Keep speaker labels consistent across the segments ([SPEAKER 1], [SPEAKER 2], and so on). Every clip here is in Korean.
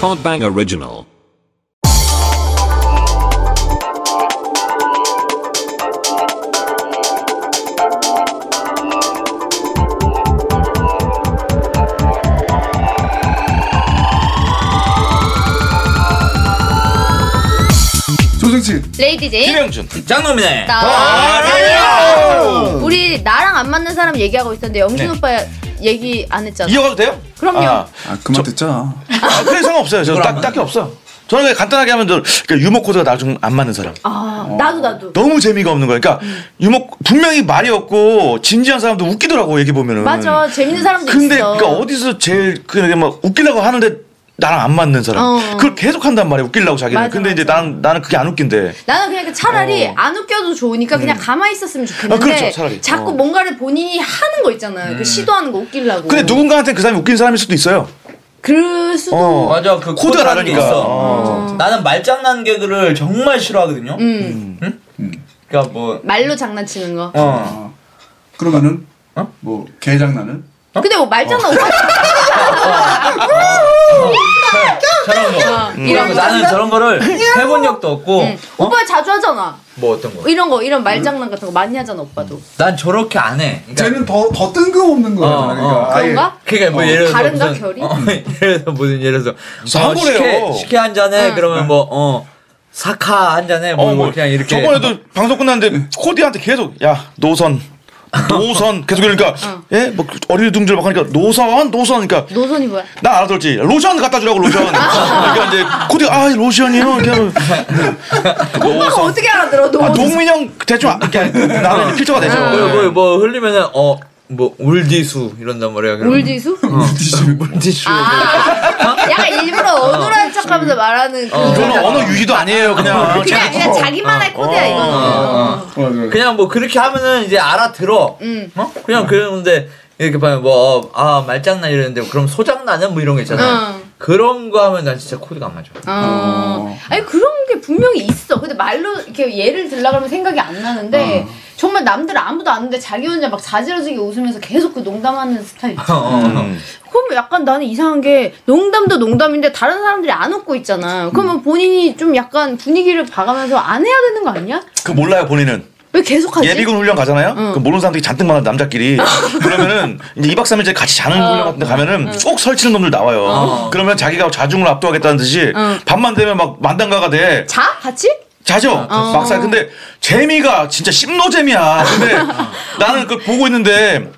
[SPEAKER 1] Podbang Original.
[SPEAKER 2] 조정치
[SPEAKER 3] 레이디 제이
[SPEAKER 4] 김영준 장놈이네 아,
[SPEAKER 3] 나와요. 우리 나랑 안 맞는 사람 얘기하고 있었는데 영준
[SPEAKER 4] 네.
[SPEAKER 3] 오빠 얘기 안 했잖아.
[SPEAKER 4] 이어가도 돼요?
[SPEAKER 3] 그럼요.
[SPEAKER 4] 아,
[SPEAKER 2] 아 그만 듣자
[SPEAKER 4] 아, 그래 상관없어요 저 딱, 딱히 없어 저는 그냥 간단하게 하면 저 그러니까 유머 코드가 나중 안 맞는 사람
[SPEAKER 3] 아, 나도 나도.
[SPEAKER 4] 너무 재미가 없는 거야 그러니까 유머 분명히 말이 없고 진지한 사람도 웃기더라고 얘기 보면은
[SPEAKER 3] 맞아. 재밌는 사람도
[SPEAKER 4] 근데
[SPEAKER 3] 있어.
[SPEAKER 4] 그러니까 어디서 제일 그냥 막 웃기려고 하는데 나랑 안 맞는 사람
[SPEAKER 3] 어.
[SPEAKER 4] 그걸 계속 한단 말이야 웃기려고 자기는
[SPEAKER 3] 맞아,
[SPEAKER 4] 근데 이제
[SPEAKER 3] 맞아.
[SPEAKER 4] 나는 나는 그게 안 웃긴데
[SPEAKER 3] 나는 그냥 차라리
[SPEAKER 4] 어.
[SPEAKER 3] 안 웃겨도 좋으니까 그냥 가만히 있었으면 좋겠는데
[SPEAKER 4] 아, 그렇죠, 차라리.
[SPEAKER 3] 자꾸
[SPEAKER 4] 어. 음.
[SPEAKER 3] 뭔가를 본인이 하는 거 있잖아요. 그 시도하는 거 웃기려고.
[SPEAKER 4] 근데 누군가한테는 그 사람이 웃긴 사람일 수도 있어요
[SPEAKER 3] 그럴 수도
[SPEAKER 4] 어.
[SPEAKER 5] 맞아 그
[SPEAKER 4] 코드가
[SPEAKER 5] 코드라는 게
[SPEAKER 4] 다르니까.
[SPEAKER 5] 있어.
[SPEAKER 4] 어.
[SPEAKER 5] 나는 말장난 개그를 정말 싫어하거든요.
[SPEAKER 3] 음.
[SPEAKER 5] 응? 그러니까 뭐
[SPEAKER 3] 말로 장난치는 거.
[SPEAKER 5] 어.
[SPEAKER 2] 그러면은
[SPEAKER 5] 어?
[SPEAKER 2] 뭐 개장난은
[SPEAKER 4] 어?
[SPEAKER 3] 근데 뭐 말장난 오빠
[SPEAKER 5] 저런 거.
[SPEAKER 3] 어, 이런
[SPEAKER 5] 이런
[SPEAKER 3] 거.
[SPEAKER 5] 거 나는 저런 거를 해본 적도 없고
[SPEAKER 3] 응.
[SPEAKER 5] 어?
[SPEAKER 3] 오빠 자주 하잖아.
[SPEAKER 5] 뭐 어떤 거?
[SPEAKER 3] 음. 이런 거 이런 말장난
[SPEAKER 4] 음.
[SPEAKER 3] 같은 거 많이 하잖아 오빠도.
[SPEAKER 5] 난 저렇게 안 해. 그러니까,
[SPEAKER 2] 쟤는 더 더 뜬금없는 거야
[SPEAKER 5] 어,
[SPEAKER 2] 그러니까
[SPEAKER 5] 어.
[SPEAKER 2] 아예
[SPEAKER 3] 그런가?
[SPEAKER 5] 그러니까 뭐
[SPEAKER 2] 어,
[SPEAKER 5] 예를 들어서
[SPEAKER 3] 다른가,
[SPEAKER 5] 무슨-
[SPEAKER 3] 결이?
[SPEAKER 5] 어, 예를 들어서 무슨 예를 들어서 어,
[SPEAKER 4] 싸구려요.
[SPEAKER 5] 식혜, 식혜 한 잔에
[SPEAKER 3] 응.
[SPEAKER 5] 그러면 뭐어 사카 한 잔에 뭐,
[SPEAKER 4] 어,
[SPEAKER 5] 뭐 그냥 이렇게
[SPEAKER 4] 저번에도 방송 끝났는데 코디한테 계속 야 노선 노선 계속 이러니까 예뭐 어리둥절 막 하니까 노선 노선 그러니까
[SPEAKER 3] 노선이 뭐야?
[SPEAKER 4] 나 알아들었지 로션 갖다 주라고 로션 그러니까 이제 코디 아 로션이요 이렇게 하면
[SPEAKER 3] 오빠가 어떻게 알아들어?
[SPEAKER 4] 그 아
[SPEAKER 3] 노선.
[SPEAKER 4] 농민 형 대충 아- 이렇게 나는 이제 필터가 되죠
[SPEAKER 5] 뭐, 뭐, 뭐 흘리면은 어 뭐 울디수 이런단 말이야. 그러면.
[SPEAKER 3] 울지수?
[SPEAKER 4] 어.
[SPEAKER 5] 울디수.
[SPEAKER 3] 아, 약간 일부러 어눌한 척하면서 말하는 그.
[SPEAKER 4] 이거는 언어 유희도 아니에요 그냥
[SPEAKER 3] 그냥 그냥 자기만의 코드야 이거는.
[SPEAKER 2] 어, 그래.
[SPEAKER 5] 그냥 뭐 그렇게 하면은 이제 알아들어.
[SPEAKER 3] 음.
[SPEAKER 5] 어? 그냥 그러는데 이렇게 보면 뭐아 말장난 이러는데 그럼 소장난은 뭐 이런 거 있잖아요.
[SPEAKER 3] 응.
[SPEAKER 5] 그런 거 하면 난 진짜 코드가 안 맞아.
[SPEAKER 3] 어. 아니 그런 게 분명히 있어. 근데 말로 이렇게 예를 들라 그러면 생각이 안 나는데
[SPEAKER 4] 어.
[SPEAKER 3] 정말 남들 아무도 아는데 자기 혼자 막 자지러지게 웃으면서 계속 그 농담하는 스타일 있지.
[SPEAKER 4] 어.
[SPEAKER 5] 어.
[SPEAKER 3] 그러면 약간 나는 이상한 게 농담도 농담인데 다른 사람들이 안 웃고 있잖아. 그러면
[SPEAKER 4] 음.
[SPEAKER 3] 본인이 좀 약간 분위기를 봐가면서 안 해야 되는 거 아니야?
[SPEAKER 4] 그 몰라요 본인은
[SPEAKER 3] 왜 계속하지? 어.
[SPEAKER 4] 예비군 훈련 가잖아요. 그 모르는 사람들이 잔뜩 많아 남자끼리. 그러면은 이제 2박 3일째 같이 자는 훈련 같은데 가면은 꼭 설치는 놈들 나와요.
[SPEAKER 3] 어.
[SPEAKER 4] 그러면 자기가 자중을 압도하겠다는 듯이 밤만 되면 막 만담가가 돼.
[SPEAKER 3] 자 같이? 어.
[SPEAKER 4] 자죠. 막상 근데 재미가 진짜 심노잼이야. 근데
[SPEAKER 3] 어.
[SPEAKER 4] 나는 그걸 보고 있는데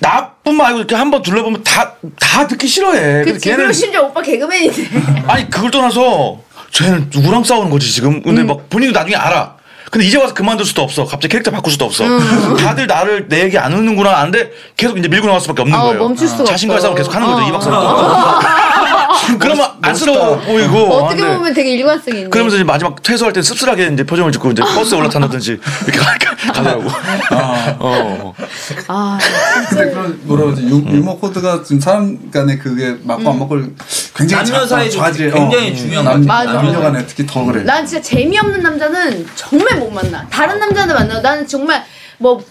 [SPEAKER 4] 나뿐만 아니고 이렇게 한번 둘러보면 다 다 듣기 싫어해.
[SPEAKER 3] 그
[SPEAKER 4] 근데
[SPEAKER 3] 지금
[SPEAKER 4] 걔는
[SPEAKER 3] 심지어 오빠 개그맨인데.
[SPEAKER 4] 아니 그걸 떠나서 쟤는 누구랑 싸우는 거지 지금 근데
[SPEAKER 3] 음.
[SPEAKER 4] 막 본인도 나중에 알아 근데 이제 와서 그만둘 수도 없어 갑자기 캐릭터 바꿀 수도 없어
[SPEAKER 3] 음.
[SPEAKER 4] 다들 나를 내 얘기 안 듣는구나 하는데 계속 이제 밀고 나갈 수밖에 없는
[SPEAKER 3] 어,
[SPEAKER 4] 거예요
[SPEAKER 3] 멈출 수가
[SPEAKER 4] 자신과의
[SPEAKER 3] 없어.
[SPEAKER 4] 싸움 계속 하는 거죠
[SPEAKER 3] 어.
[SPEAKER 4] 이박 삼일 동안 그러면 안쓰러워 보이고
[SPEAKER 3] 어떻게
[SPEAKER 4] 하는데
[SPEAKER 3] 보면 되게 일관성 있네.
[SPEAKER 4] 그러면서 이제 마지막 퇴소할 때 씁쓸하게 이제 표정을 짓고 이제 버스에 올라탄다든지 이렇게 가- 가더라고 어.
[SPEAKER 3] 아
[SPEAKER 2] 근데 그런 뭐라 그러지 유, 유머 코드가 지금 사람 간에 그게 맞고 안 맞고를 굉장히
[SPEAKER 5] 남녀
[SPEAKER 2] 자- 어,
[SPEAKER 5] 사이도
[SPEAKER 2] 좌지에,
[SPEAKER 5] 굉장히 중요한
[SPEAKER 2] 남,
[SPEAKER 5] 거지.
[SPEAKER 3] 맞아.
[SPEAKER 2] 남녀 간에 특히 더 그래
[SPEAKER 3] 난 진짜 재미없는 남자는 정말 못 만나. 다른 남자는 만나. 나는 정말 뭐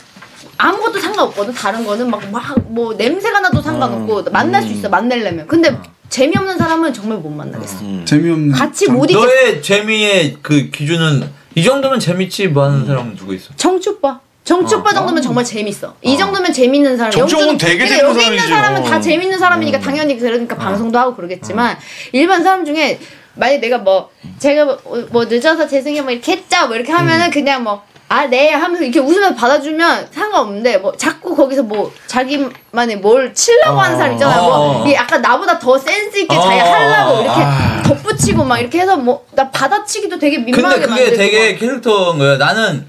[SPEAKER 3] 아무것도 상관없거든. 다른 거는 막 막 뭐 냄새가 나도
[SPEAKER 4] 음,
[SPEAKER 3] 상관없고 만날 수 있어. 만나려면. 근데 재미없는 사람은 정말 못 만나겠어.
[SPEAKER 4] 음.
[SPEAKER 2] 재미없는
[SPEAKER 3] 같이 못 이겨.
[SPEAKER 5] 너의 재미의 그 기준은 이 정도면 재밌지 뭐 하는 사람은 누구 있어?
[SPEAKER 3] 정치 오빠. 정치 오빠 정도면 정말 재밌어. 이 정도면 재밌는 사람.
[SPEAKER 4] 정치
[SPEAKER 3] 영준-
[SPEAKER 4] 오빠는 되게
[SPEAKER 3] 그러니까 여기
[SPEAKER 4] 재밌는
[SPEAKER 3] 있는
[SPEAKER 4] 사람이지.
[SPEAKER 3] 사람은 다
[SPEAKER 4] 어.
[SPEAKER 3] 재밌는 사람이니까 당연히 그러니까 방송도 하고 그러겠지만 일반 사람 중에 만약 내가 뭐 제가 뭐, 뭐 늦어서 죄송해요 뭐 이렇게 했죠 뭐 이렇게 하면은 그냥 뭐 아 네 하면서 이렇게 웃으면서 받아주면 상관없는데 뭐 자꾸 거기서 뭐 자기만의 뭘 치려고 하는 사람 있잖아요 뭐
[SPEAKER 5] 어.
[SPEAKER 3] 이게 약간 나보다 더 센스 있게 자기
[SPEAKER 5] 어.
[SPEAKER 3] 하려고 이렇게 덧붙이고 막 이렇게 해서 뭐 나 받아치기도 되게
[SPEAKER 5] 근데
[SPEAKER 3] 민망하게 뭐.
[SPEAKER 5] 그게
[SPEAKER 3] 만들고
[SPEAKER 5] 되게
[SPEAKER 3] 막.
[SPEAKER 5] 캐릭터인 거야. 나는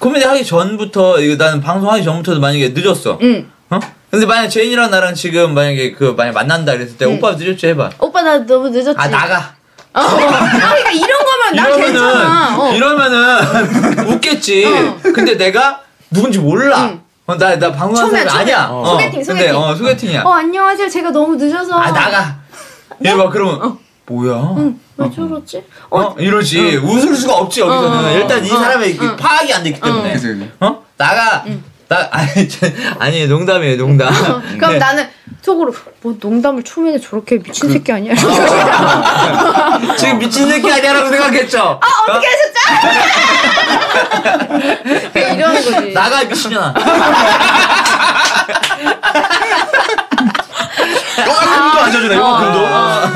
[SPEAKER 5] 코미디 하기 전부터 이거 나는 방송하기 전부터도 만약에 늦었어.
[SPEAKER 3] 응.
[SPEAKER 5] 어? 근데 만약 제인이랑 나랑 지금 만약에 그 만약 만난다 그랬을 때
[SPEAKER 3] 음.
[SPEAKER 5] 오빠 늦었지 해봐.
[SPEAKER 3] 오빠 나 너무 늦었지
[SPEAKER 5] 아 나가.
[SPEAKER 3] 어. 그러니까 이런 거면 나 괜찮아. 어.
[SPEAKER 5] 이러면은 웃겠지.
[SPEAKER 3] 어.
[SPEAKER 5] 근데 내가 누군지 몰라.
[SPEAKER 3] 응.
[SPEAKER 5] 어, 나, 나
[SPEAKER 3] 처음에,
[SPEAKER 5] 방송하는 사람이
[SPEAKER 3] 처음에.
[SPEAKER 5] 아니야.
[SPEAKER 3] 어. 소개팅,
[SPEAKER 5] 근데, 어, 소개팅이야.
[SPEAKER 3] 어, 안녕하세요. 제가 너무 늦어서.
[SPEAKER 5] 아, 나가. 얘 막 그러면, 뭐야?
[SPEAKER 3] 왜 저러지? 어,
[SPEAKER 5] 어, 이러지. 웃을 수가 없지, 여기서는.
[SPEAKER 3] 어, 어,
[SPEAKER 5] 일단 이 사람의 그 파악이 안 됐기 때문에.
[SPEAKER 2] 그치, 그치.
[SPEAKER 5] 어? 나가. 나 아니 저, 아니 농담이에요 농담.
[SPEAKER 3] 어, 그럼
[SPEAKER 5] 네. 그-
[SPEAKER 3] 나는 속으로 뭐 농담을 초면에 저렇게 미친 새끼 아니야?
[SPEAKER 5] 지금 미친 새끼 아니야라고 생각했죠.
[SPEAKER 3] 어떻게 하셨죠? 그냥 이러는 거지.
[SPEAKER 5] 나가 미친년아.
[SPEAKER 4] 요만큼도 안 져주네 요만큼도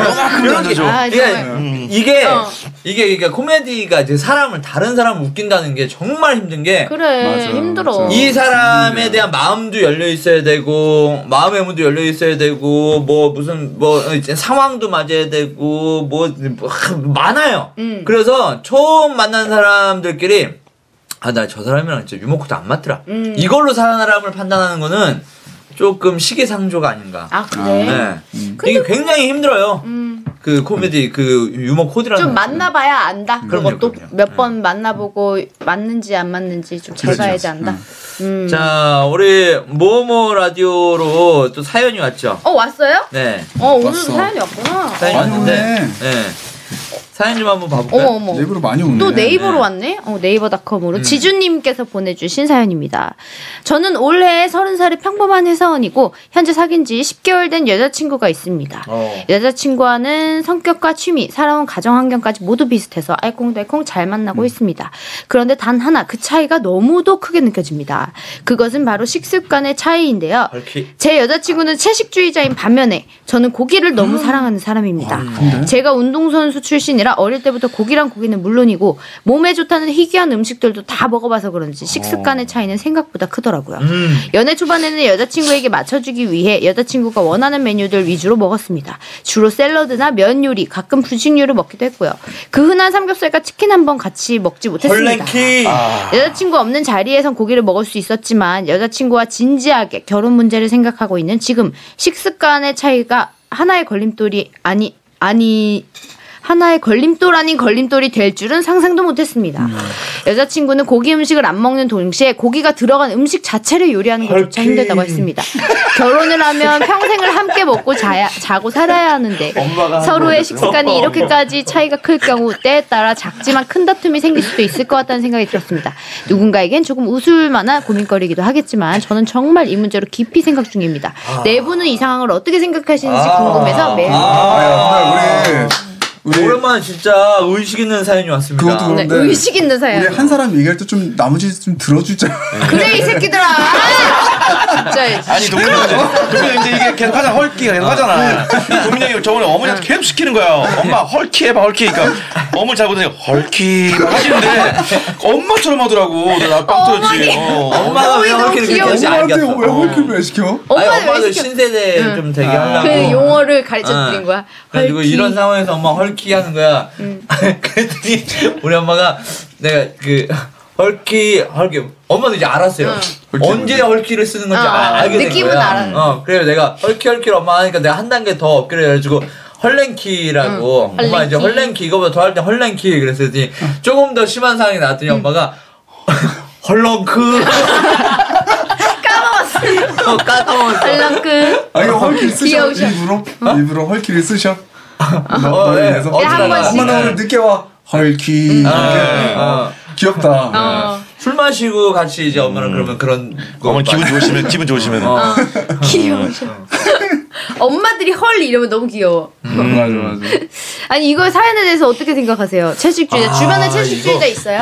[SPEAKER 4] 요만큼도 안 져줘
[SPEAKER 3] 아, 정말.
[SPEAKER 5] 아, 그러니까 이게
[SPEAKER 3] 어.
[SPEAKER 5] 이게 그러니까 코미디가 이제 사람을 다른 사람을 웃긴다는 게 정말 힘든 게.
[SPEAKER 3] 그래
[SPEAKER 2] 맞아,
[SPEAKER 3] 힘들어.
[SPEAKER 2] 맞아.
[SPEAKER 5] 이 사람에 대한 마음도 열려 있어야 되고 마음의 문도 열려 있어야 되고 뭐 무슨 뭐 이제 상황도 맞아야 되고 뭐, 뭐 하, 많아요.
[SPEAKER 3] 음.
[SPEAKER 5] 그래서 처음 만난 사람들끼리 아 나 저 사람이랑 진짜 유머코드 안 맞더라.
[SPEAKER 3] 음.
[SPEAKER 5] 이걸로 사람을 판단하는 거는 조금 시기상조가 아닌가.
[SPEAKER 3] 아 그래.
[SPEAKER 5] 네. 이게
[SPEAKER 3] 근데-
[SPEAKER 5] 굉장히 힘들어요.
[SPEAKER 3] 음,
[SPEAKER 5] 그 코미디 그 유머 코드라는
[SPEAKER 3] 좀
[SPEAKER 5] 거.
[SPEAKER 3] 만나봐야 안다.
[SPEAKER 5] 그럼요,
[SPEAKER 3] 그것도
[SPEAKER 5] 그럼요.
[SPEAKER 3] 몇 번 만나보고 맞는지 안 맞는지 좀
[SPEAKER 2] 네. 그렇죠.
[SPEAKER 3] 제가야지 안다. 음.
[SPEAKER 5] 자 우리 모모 라디오로 또 사연이 왔죠.
[SPEAKER 3] 어 왔어요?
[SPEAKER 5] 네.
[SPEAKER 3] 어 오늘도
[SPEAKER 2] 왔어.
[SPEAKER 3] 사연이 왔구나.
[SPEAKER 5] 사연이
[SPEAKER 2] 많이
[SPEAKER 5] 왔는데
[SPEAKER 2] 아, 오네.
[SPEAKER 5] 네. 사연 좀 한번 봐볼까요?
[SPEAKER 3] 어머 어머.
[SPEAKER 2] 뭐. 일부러 많이 오네.
[SPEAKER 3] 또 네이버로
[SPEAKER 5] 네. 음.
[SPEAKER 3] 왔네. 어, 네이버닷컴으로 지주님께서 보내주신 사연입니다. 저는 올해 30살의 평범한 회사원이고 현재 사귄 지 10개월 된 여자친구가 있습니다.
[SPEAKER 5] 어.
[SPEAKER 3] 여자친구와는 성격과 취미, 살아온 가정 환경까지 모두 비슷해서 알콩달콩 잘
[SPEAKER 5] 음.
[SPEAKER 3] 만나고 있습니다. 그런데 단 하나 그 차이가 너무도 크게 느껴집니다. 그것은 바로 식습관의 차이인데요.
[SPEAKER 5] 밝히.
[SPEAKER 3] 제 여자친구는 채식주의자인 반면에 저는 고기를
[SPEAKER 5] 아.
[SPEAKER 3] 너무 사랑하는 사람입니다. 제가 운동선수 출신이라 어릴 때부터 고기랑 고기는 물론이고 몸에 좋다는 희귀한 음식들도 다 먹어봐서 그런지 식습관의 차이는 생각보다 크더라고요.
[SPEAKER 5] 음.
[SPEAKER 3] 연애 초반에는 여자친구에게 맞춰주기 위해 여자친구가 원하는 메뉴들 위주로 먹었습니다. 주로 샐러드나 면 요리, 가끔 분식류를 먹기도 했고요. 그 흔한 삼겹살과 치킨 한 번 같이 먹지 못했습니다.
[SPEAKER 5] 헐랭키.
[SPEAKER 2] 아,
[SPEAKER 3] 여자친구 없는 자리에선 고기를 먹을 수 있었지만 여자친구와 진지하게 결혼 문제를 생각하고 있는 지금 식습관의 차이가 하나의 걸림돌이 아니 아니 하나의 걸림돌 아닌 걸림돌이 될 줄은 상상도 못했습니다. 여자친구는 고기 음식을 안 먹는 동시에 고기가 들어간 음식 자체를 요리하는 것조차 힘들다고 했습니다. 결혼을 하면 평생을 함께 먹고 자야, 자고 살아야 하는데 서로의 식습관이 이렇게까지 차이가 클 경우 때에 따라 작지만 큰 다툼이 생길 수도 있을 것 같다는 생각이 들었습니다. 누군가에겐 조금 웃을 만한 고민거리이기도 하겠지만 저는 정말 이 문제로 깊이 생각 중입니다. 네 분은 이 상황을 어떻게 생각하시는지
[SPEAKER 5] 아.
[SPEAKER 3] 궁금해서 매일
[SPEAKER 2] 아, 그래, 오늘 우리 우리
[SPEAKER 5] 오랜만에 진짜 의식 있는 사연이 왔습니다.
[SPEAKER 2] 그것도
[SPEAKER 3] 네,
[SPEAKER 2] 그런데
[SPEAKER 3] 의식 있는
[SPEAKER 2] 우리
[SPEAKER 3] 사연. 네.
[SPEAKER 2] 한 사람 얘기할 때 좀 나머지 좀 들어주자.
[SPEAKER 3] 그래 이 새끼들아. 진짜.
[SPEAKER 4] 아니 동민이 동민이 이제 이게 계속 하잖아 헐키가 계속 하잖아
[SPEAKER 2] 네.
[SPEAKER 4] 동민이 형이 저번에 어머니한테 계속 시키는 거야 엄마 헐키 해봐 헐키 그러니까 어머니 잘고 다니고 헐키 막 하시는데 엄마처럼 하더라고 나빵 터졌지 어.
[SPEAKER 5] 엄마가 왜
[SPEAKER 3] 너무
[SPEAKER 5] 그렇게
[SPEAKER 3] 귀여워.
[SPEAKER 5] 느끼는지
[SPEAKER 2] 엄마한테
[SPEAKER 5] 알겠어.
[SPEAKER 2] 왜 홀킬 왜 아. 시켜?
[SPEAKER 5] 아니,
[SPEAKER 3] 엄마는
[SPEAKER 5] 엄마도
[SPEAKER 3] 왜 시켜?
[SPEAKER 5] 신세대 좀 되게 하려고.
[SPEAKER 3] 그 용어를 가르쳐 드린
[SPEAKER 5] 어.
[SPEAKER 3] 거야.
[SPEAKER 5] 그래가지고 이런 상황에서 엄마 헐키 하는 거야.
[SPEAKER 3] 음.
[SPEAKER 5] 그랬더니 우리 엄마가 내가 그 헐키 헐키 엄마도 이제 알았어요.
[SPEAKER 2] 헐키
[SPEAKER 5] 언제 헐키를 쓰는 건지
[SPEAKER 3] 어,
[SPEAKER 5] 아, 알게 된
[SPEAKER 3] 느낌은
[SPEAKER 5] 거야.
[SPEAKER 3] 알았네.
[SPEAKER 5] 어 그래서 내가 헐키 헐키로 엄마 하니까 내가 한 단계 더 업그레이드 해가지고 헐랭키라고
[SPEAKER 3] 응,
[SPEAKER 5] 엄마 이제
[SPEAKER 3] 헐랭키.
[SPEAKER 5] 헐랭키 이거보다 더 할 때 헐랭키 그랬더니 조금 더 심한 상황이 나왔더니 엄마가 헐렁크
[SPEAKER 3] 까먹었어.
[SPEAKER 5] 어, 까먹었어.
[SPEAKER 3] 얼렁끈.
[SPEAKER 2] 아 이거 헐킬 쓰셔
[SPEAKER 3] 어, 귀여우셔. 어?
[SPEAKER 2] 일부러 일부러 헐킬을 쓰셔. 너
[SPEAKER 5] 어,
[SPEAKER 2] 너를
[SPEAKER 5] 예.
[SPEAKER 2] 위해서.
[SPEAKER 5] 어쩌다가.
[SPEAKER 3] 한 번씩. 음. 아, 예,
[SPEAKER 2] 엄마 나 오늘 늦게 와. 헐킬. 이렇게.
[SPEAKER 5] 어.
[SPEAKER 2] 귀엽다.
[SPEAKER 3] 어.
[SPEAKER 5] 술 마시고 같이 이제 엄마랑 그러면 그런 거
[SPEAKER 4] 어머니 기분
[SPEAKER 5] 마-
[SPEAKER 4] 좋으시면 기분 좋으시면
[SPEAKER 5] 어.
[SPEAKER 3] 귀여우셔. 어. 엄마들이 헐 이러면 너무 귀여워.
[SPEAKER 2] 음, 맞아 맞아.
[SPEAKER 3] 아니 이거 사연에 대해서 어떻게 생각하세요? 채식주의자
[SPEAKER 5] 아,
[SPEAKER 3] 주변에 채식주의자
[SPEAKER 5] 이거-
[SPEAKER 3] 있어요?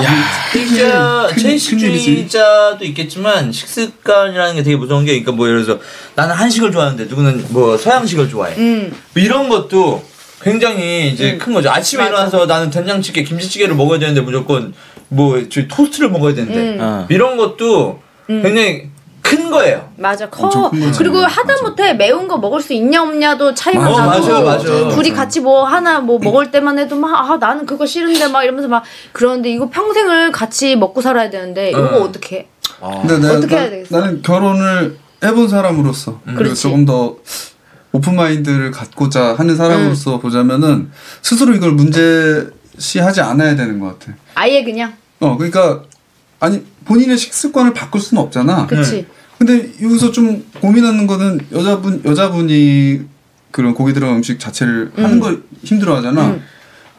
[SPEAKER 5] 진짜
[SPEAKER 2] 큰-
[SPEAKER 5] 채식주의자도 있겠지만 식습관이라는 게 되게 무서운 게 그러니까 뭐 예를 들어서 나는 한식을 좋아하는데 누구는 뭐 서양식을 좋아해
[SPEAKER 3] 음.
[SPEAKER 5] 뭐 이런 것도 굉장히 이제 큰 거죠 아침에
[SPEAKER 3] 맞아.
[SPEAKER 5] 일어나서 나는 된장찌개 김치찌개를 먹어야 되는데 무조건 뭐 저희 토스트를 먹어야 되는데
[SPEAKER 3] 음.
[SPEAKER 4] 어.
[SPEAKER 5] 이런 것도 굉장히 큰 거예요
[SPEAKER 3] 맞아
[SPEAKER 2] 엄청
[SPEAKER 3] 커.
[SPEAKER 2] 큰 거지.
[SPEAKER 3] 그리고 하다못해 매운 거 먹을 수 있냐 없냐도 차이가
[SPEAKER 5] 맞아,
[SPEAKER 3] 나고
[SPEAKER 5] 맞아요, 맞아요.
[SPEAKER 3] 둘이 같이 뭐 하나 뭐 먹을 때만 해도 막 아 나는 그거 싫은데 막 이러면서 막 그러는데 이거 평생을 같이 먹고 살아야 되는데 이거
[SPEAKER 5] 응.
[SPEAKER 3] 어떻게 해?
[SPEAKER 2] 근데 나,
[SPEAKER 3] 아. 어떻게 해야
[SPEAKER 2] 나-
[SPEAKER 3] 되겠어? 음.
[SPEAKER 2] 나는 결혼을 해본 사람으로서 그리고
[SPEAKER 3] 그렇지.
[SPEAKER 2] 조금 더 오픈 마인드를 갖고자 하는 사람으로서
[SPEAKER 3] 음.
[SPEAKER 2] 보자면은 스스로 이걸 문제시하지 않아야 되는 것 같아.
[SPEAKER 3] 아예 그냥
[SPEAKER 2] 어 그러니까 아니 본인의 식습관을 바꿀 수는 없잖아.
[SPEAKER 3] 그치
[SPEAKER 2] 근데 여기서 좀 고민하는 거는 여자분 여자분이 그런 고기 들어간 음식 자체를 하는
[SPEAKER 3] 음.
[SPEAKER 2] 걸 힘들어하잖아.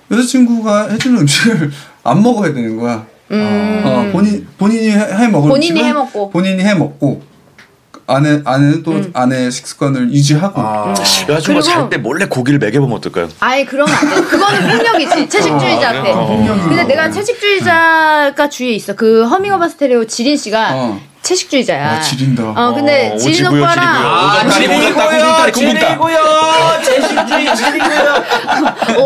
[SPEAKER 2] 여자친구가 해주는 음식을 안 먹어야 되는 거야.
[SPEAKER 3] 음.
[SPEAKER 2] 어, 본인 본인이 해, 해 먹을
[SPEAKER 3] 본인이
[SPEAKER 2] 음식은
[SPEAKER 3] 해 먹고. 음.
[SPEAKER 2] 본인이 해 먹고 아내 아내는 또 아내의 식습관을 유지하고
[SPEAKER 5] 아.
[SPEAKER 4] 여자친구가
[SPEAKER 3] 어. 그리고-
[SPEAKER 4] 잘 때 몰래 고기를 먹여보면 어떨까요?
[SPEAKER 3] 아예 그러면 안 돼. 그거는 폭력이지. 채식주의자한테.
[SPEAKER 4] 음. 어,
[SPEAKER 3] 근데 내가 채식주의자가 주위에 있어. 그 허밍어바 스테레오 지린 씨가
[SPEAKER 2] 어.
[SPEAKER 3] 채식주의자야.
[SPEAKER 2] 아, 지린다.
[SPEAKER 3] 어, 근데
[SPEAKER 4] 어,
[SPEAKER 3] 지린
[SPEAKER 4] 오지구요,
[SPEAKER 3] 오빠랑
[SPEAKER 4] 지리구요.
[SPEAKER 5] 아,
[SPEAKER 4] 오졌다, 오졌다,
[SPEAKER 5] 지리고요,
[SPEAKER 4] 구분다, 구분다.
[SPEAKER 5] 지리고요, 제식주의 지리고요.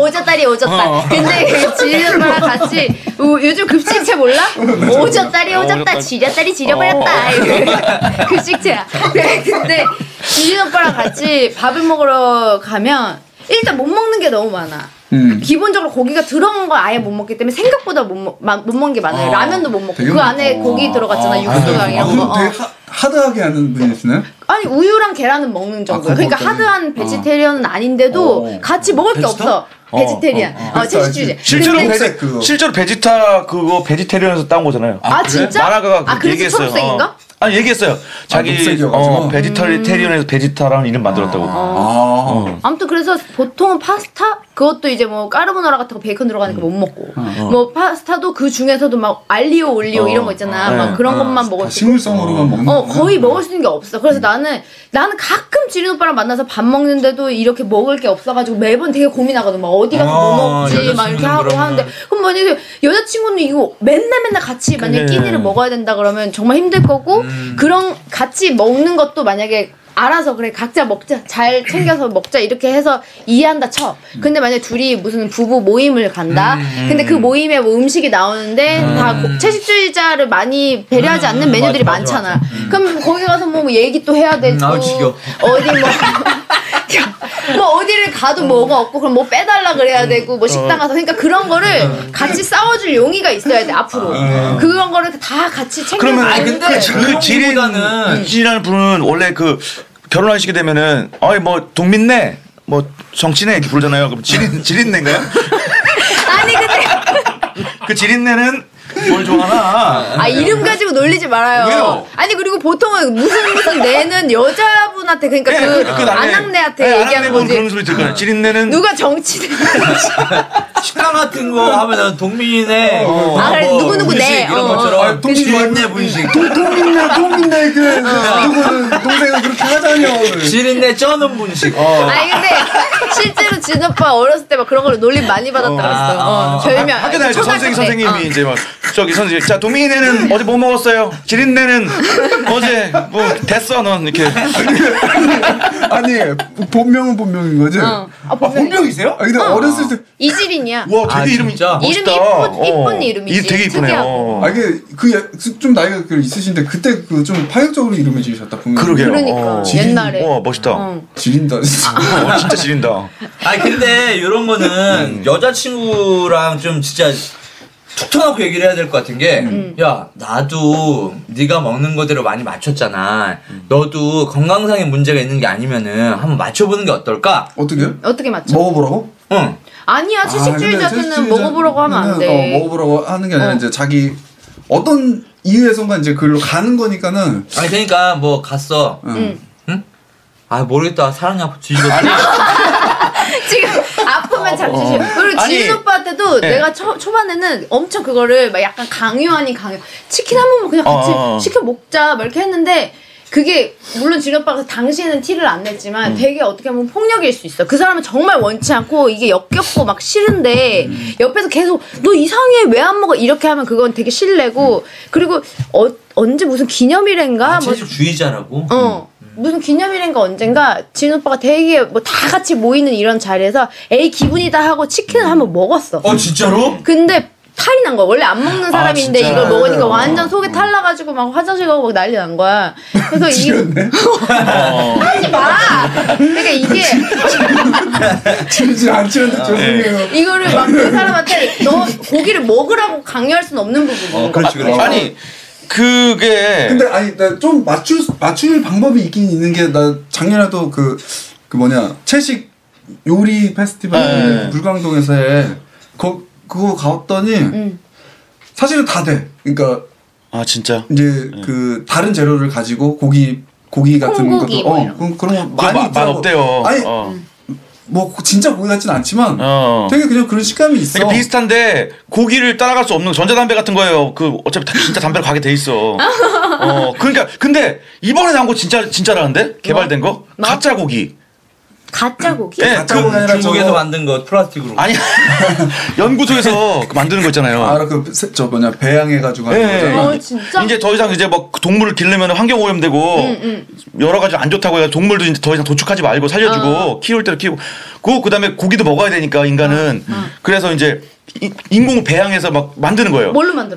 [SPEAKER 3] 오졌다리 오졌다.
[SPEAKER 2] 어,
[SPEAKER 3] 근데 그 지린 오빠랑 같이 우- 요즘 급식체 몰라?
[SPEAKER 2] 네,
[SPEAKER 3] 오졌다리
[SPEAKER 2] 아,
[SPEAKER 4] 어,
[SPEAKER 3] 오졌다
[SPEAKER 4] 오졌다리.
[SPEAKER 3] 지렸다리
[SPEAKER 2] 어.
[SPEAKER 3] 지려버렸다. 급식체야. 네, 근데 지린 오빠랑 같이 밥을 먹으러 가면 일단 못 먹는 게 너무 많아.
[SPEAKER 2] 음.
[SPEAKER 3] 기본적으로 고기가 들어간 걸 아예 못 먹기 때문에 생각보다 못, 먹, 마- 못 먹는 게 많아요.
[SPEAKER 2] 아,
[SPEAKER 3] 라면도 못 먹고
[SPEAKER 2] 되게
[SPEAKER 3] 그
[SPEAKER 2] 많- 어.
[SPEAKER 3] 안에 고기 들어갔잖아. 육수랑
[SPEAKER 2] 아,
[SPEAKER 3] 이런 거.
[SPEAKER 2] 그럼
[SPEAKER 3] 어.
[SPEAKER 2] 되게 하, 하드하게 하는 분이시나요?
[SPEAKER 3] 아니 우유랑 계란은 먹는 정도야.
[SPEAKER 2] 그건
[SPEAKER 3] 그러니까
[SPEAKER 2] 먹다니.
[SPEAKER 3] 하드한 베지테리언은 아닌데도
[SPEAKER 2] 어.
[SPEAKER 3] 같이 먹을 게 없어. 베지테리언. 어,
[SPEAKER 2] 어.
[SPEAKER 3] 채식주의자.
[SPEAKER 4] 실제로
[SPEAKER 3] 근데-
[SPEAKER 2] 회색 그거.
[SPEAKER 4] 실제로 베지타 그거 베지테리언에서 따온 거잖아요.
[SPEAKER 3] 아, 진짜?
[SPEAKER 4] 마라가가
[SPEAKER 3] 아,
[SPEAKER 4] 그렇게
[SPEAKER 3] 그래서
[SPEAKER 4] 얘기했어요.
[SPEAKER 3] 초록색인가?
[SPEAKER 4] 어. 아니 얘기했어요. 자기
[SPEAKER 2] 녹색이어가지고.
[SPEAKER 4] 어, 베지터리테리언에서 베지타라는 이름 만들었다고.
[SPEAKER 2] 아.
[SPEAKER 3] 아무튼 그래서 보통은 파스타 그것도 이제 뭐 까르보나라 같은 거 베이컨 들어가니까 못 먹고 뭐 파스타도 그 중에서도 막 알리오 올리오 이런 거 어, 있잖아.
[SPEAKER 4] 네.
[SPEAKER 3] 막 그런 것만 먹을
[SPEAKER 2] 다
[SPEAKER 3] 수 있고.
[SPEAKER 2] 식물성으로만 먹는
[SPEAKER 3] 어
[SPEAKER 5] 음.
[SPEAKER 2] 거구나.
[SPEAKER 3] 거의 먹을 수 있는 게 없어. 그래서 나는 나는 가끔 지린 오빠랑 만나서 밥 먹는데도 이렇게 먹을 게 없어가지고 매번 되게 고민하거든. 막 어디 가서 뭐
[SPEAKER 5] 아,
[SPEAKER 3] 먹지 막 이렇게
[SPEAKER 5] 여자친구는
[SPEAKER 3] 하고
[SPEAKER 5] 그러면은.
[SPEAKER 3] 하는데 그럼 만약에 여자친구는 이거 맨날 맨날 같이 만약에
[SPEAKER 4] 그래.
[SPEAKER 3] 끼니를 먹어야 된다 그러면 정말 힘들 거고
[SPEAKER 5] 음.
[SPEAKER 3] 그런 같이 먹는 것도 만약에 알아서 그래 각자 먹자 잘 챙겨서 먹자 이렇게 해서 이해한다 쳐 근데 만약에 둘이 무슨 부부 모임을 간다
[SPEAKER 5] 음,
[SPEAKER 3] 근데 그 모임에 뭐 음식이 나오는데 다 고- 채식주의자를 많이 배려하지 않는 메뉴들이
[SPEAKER 5] 음. 맞아, 맞아,
[SPEAKER 3] 많잖아 음. 그럼 거기 가서 뭐 얘기 또 해야 되고
[SPEAKER 5] 음, 아우, 지겨워.
[SPEAKER 3] 어디 뭐 뭐 어디를 가도 뭐가 없고 그럼 뭐 빼달라 그래야 되고 뭐 식당 가서 그러니까 그런 거를 같이 싸워줄 용의가 있어야 돼 앞으로 그런 거를 다 같이 챙겨
[SPEAKER 4] 그러면
[SPEAKER 5] 아니, 근데
[SPEAKER 4] 그
[SPEAKER 5] 지금
[SPEAKER 4] 그
[SPEAKER 5] 형보다는-
[SPEAKER 4] 지린이라는 지린이라는 분은 원래 그 결혼하시게 되면은 어이 뭐 동민네 뭐 정치네 이렇게 부르잖아요. 그럼 지린 지린네인가요?
[SPEAKER 3] 아니 근데
[SPEAKER 4] 그 지린네는 뭘 좋아하나?
[SPEAKER 3] 아 이름 가지고 놀리지 말아요
[SPEAKER 4] 왜요?
[SPEAKER 3] 아니 그리고 보통은 무슨 무슨 내는 여자분한테 그러니까
[SPEAKER 4] 예,
[SPEAKER 3] 그,
[SPEAKER 4] 남의-
[SPEAKER 3] 아낙네한테
[SPEAKER 4] 예,
[SPEAKER 3] 얘기하는
[SPEAKER 4] 아낙네 보면 그런
[SPEAKER 3] 거지
[SPEAKER 4] 소리 들거예요 지린네는
[SPEAKER 3] 누가 정치대
[SPEAKER 5] 식당 같은 거 하면 난 동민의 뭐
[SPEAKER 3] 아, 그래, 누구누구
[SPEAKER 5] 분식
[SPEAKER 3] 내.
[SPEAKER 5] 이런
[SPEAKER 3] 어, 어.
[SPEAKER 5] 것처럼 음.
[SPEAKER 2] 동민이
[SPEAKER 5] 지린네
[SPEAKER 2] 말고-
[SPEAKER 5] 아, 분식
[SPEAKER 2] 동, 동민네, 동민네, 그, 누구는 동생은 그렇게 하자녀.
[SPEAKER 5] 지린네 쩌는 분식 어.
[SPEAKER 3] 아니 근데 실제로 진 오빠 어렸을 때 막 그런 걸로 놀림 많이 받았다 그랬어 어,
[SPEAKER 5] 아,
[SPEAKER 3] 별명
[SPEAKER 4] 학교 다닐 때
[SPEAKER 3] 초등학교
[SPEAKER 4] 선생님
[SPEAKER 3] 때.
[SPEAKER 4] 선생님이
[SPEAKER 3] 어.
[SPEAKER 4] 이제 막 저기 선생님 자 동민이네는 어제 뭐 먹었어요? 지린네는 어제 뭐 됐어 넌 이렇게
[SPEAKER 2] 아니, 본명은 본명인 거지?
[SPEAKER 3] 어. 아,
[SPEAKER 2] 아,
[SPEAKER 3] 본명이-
[SPEAKER 2] 본명이세요? 아, 근데 어. 렸을 때,
[SPEAKER 3] 이지린이야
[SPEAKER 4] 와
[SPEAKER 5] 아,
[SPEAKER 4] 되게 이름이
[SPEAKER 5] 진짜?
[SPEAKER 4] 멋있다. 어,
[SPEAKER 3] 이름이 이쁜- 이쁜 이름이지.
[SPEAKER 4] 이- 되게 이쁘네요.
[SPEAKER 3] 특이하고.
[SPEAKER 2] 아, 이게, 그, 예- 좀 나이가 그 있으신데, 그때 그 좀 파격적으로 이름을 지으셨다, 분명히.
[SPEAKER 4] 그러게요.
[SPEAKER 3] 그러니까
[SPEAKER 4] 어.
[SPEAKER 3] 옛날에
[SPEAKER 4] 와 멋있다.
[SPEAKER 3] 어.
[SPEAKER 2] 지린다, 진짜.
[SPEAKER 3] 아.
[SPEAKER 4] 어, 진짜 지린다.
[SPEAKER 5] 아니 근데 이런 거는 여자친구랑 좀 진짜 툭 터놓고 얘기를 해야 될 것 같은 게, 야 나도 네가 먹는 거대로 많이 맞췄잖아. 너도 건강상의 문제가 있는 게 아니면은 한번 맞춰보는 게 어떨까?
[SPEAKER 2] 어떻게요?
[SPEAKER 3] 어떻게 맞춰?
[SPEAKER 2] 뭐? 먹어보라고?
[SPEAKER 5] 응.
[SPEAKER 3] 아니야 채식주의자한테는 먹어보라고 하면 안 돼.
[SPEAKER 2] 어, 먹어보라고 하는 게 아니라
[SPEAKER 3] 어.
[SPEAKER 2] 이제 자기 어떤 이유에선가 이제 그걸로 가는 거니까는.
[SPEAKER 5] 아니 그러니까 뭐 갔어.
[SPEAKER 3] 응.
[SPEAKER 5] 아 모르겠다. 사랑이 앞 뒤집어.
[SPEAKER 3] 지금 아프면 잡수심. 그리고
[SPEAKER 4] 어. 아니,
[SPEAKER 3] 지민 오빠한테도
[SPEAKER 4] 예.
[SPEAKER 3] 내가 초, 초반에는 엄청 그거를 막 약간 강요 아닌 강요. 치킨 한 번만 그냥 같이
[SPEAKER 4] 어, 어.
[SPEAKER 3] 시켜 먹자 막 이렇게 했는데 그게 물론 지민 오빠가 당시에는 티를 안 냈지만
[SPEAKER 4] 음.
[SPEAKER 3] 되게 어떻게 보면 폭력일 수 있어. 그 사람은 정말 원치 않고 이게 역겹고 막 싫은데
[SPEAKER 4] 음.
[SPEAKER 3] 옆에서 계속 너 이상해 왜 안 먹어 이렇게 하면 그건 되게 실례고
[SPEAKER 4] 음.
[SPEAKER 3] 그리고 어, 언제 무슨
[SPEAKER 4] 아,
[SPEAKER 3] 기념일인가 뭐
[SPEAKER 5] 아, 채식주의자라고.
[SPEAKER 3] 어.
[SPEAKER 2] 음.
[SPEAKER 3] 무슨 기념일인가 언젠가 진 오빠가 되게 뭐 다 같이 모이는 이런 자리에서 에이 기분이다 하고 치킨을 한번 먹었어.
[SPEAKER 5] 어 진짜로?
[SPEAKER 3] 근데 탈이 난 거야. 원래 안
[SPEAKER 2] 아,
[SPEAKER 3] 먹는 사람인데
[SPEAKER 4] 진짜?
[SPEAKER 3] 이걸 먹으니까 완전
[SPEAKER 2] 어.
[SPEAKER 3] 속에 탈 나가지고 막 화장실 가고 막 난리 난 거야. 그래서 이
[SPEAKER 4] 어.
[SPEAKER 3] 하지 마. 그러니까 이게
[SPEAKER 2] 지르지 않지는데 죄송해요.
[SPEAKER 3] 이거를 막 그 사람한테 너 고기를 먹으라고 강요할 수는 없는
[SPEAKER 2] 어.
[SPEAKER 3] 부분이야.
[SPEAKER 5] 그렇지 그렇지.
[SPEAKER 4] 아니 그게
[SPEAKER 2] 근데 아니 나 좀 맞출 수- 맞출 방법이 있긴 있는 게 나 작년에도 그 그 뭐냐 채식 요리 페스티벌
[SPEAKER 4] 네.
[SPEAKER 2] 불광동에서 해. 거 그거 갔더니 사실은 다 돼. 그러니까
[SPEAKER 4] 아 진짜.
[SPEAKER 2] 이제 그 다른 재료를 가지고 고기 고기 같은
[SPEAKER 3] 콩고기
[SPEAKER 2] 것도
[SPEAKER 3] 뭐
[SPEAKER 2] 어
[SPEAKER 3] 이런
[SPEAKER 2] 그런 그런 거
[SPEAKER 4] 그거
[SPEAKER 2] 많이
[SPEAKER 4] 마- 맛
[SPEAKER 2] 있더라고.
[SPEAKER 4] 없대요.
[SPEAKER 2] 아니
[SPEAKER 4] 어.
[SPEAKER 2] 뭐 진짜 고기 같진 않지만
[SPEAKER 4] 어.
[SPEAKER 2] 되게 그냥 그런 식감이 있어.
[SPEAKER 4] 그러니까 비슷한데 고기를 따라갈 수 없는 전자담배 같은 거예요. 그 어차피 다- 진짜 담배로 가게 돼 있어. 어, 그러니까 근데 이번에 나온 거 진짜 진짜라는데 개발된 거
[SPEAKER 3] 뭐?
[SPEAKER 4] 가짜 고기.
[SPEAKER 3] 가짜 고기.
[SPEAKER 4] 예,
[SPEAKER 2] 가짜 고기 아니라
[SPEAKER 5] 중국에서
[SPEAKER 2] 저거-
[SPEAKER 5] 만든 거 플라스틱으로.
[SPEAKER 4] 아니 연구소에서 그 만드는 거 있잖아요.
[SPEAKER 2] 알아 그저 뭐냐 배양해 가지고 하는
[SPEAKER 4] 예.
[SPEAKER 2] 거잖아.
[SPEAKER 3] 어 진짜.
[SPEAKER 4] 이제 더 이상 이제 막그 동물을 기르면 환경 오염되고
[SPEAKER 3] 음,
[SPEAKER 4] 여러 가지 안 좋다고 해서 동물도 이제 더 이상 도축하지 말고 살려주고
[SPEAKER 3] 아.
[SPEAKER 4] 키울 대로 키우고 그 그다음에 고기도 먹어야 되니까 인간은
[SPEAKER 3] 아,
[SPEAKER 4] 그래서 이제 이- 인공 배양해서 막 만드는 거예요.
[SPEAKER 3] 뭘로 만들었어?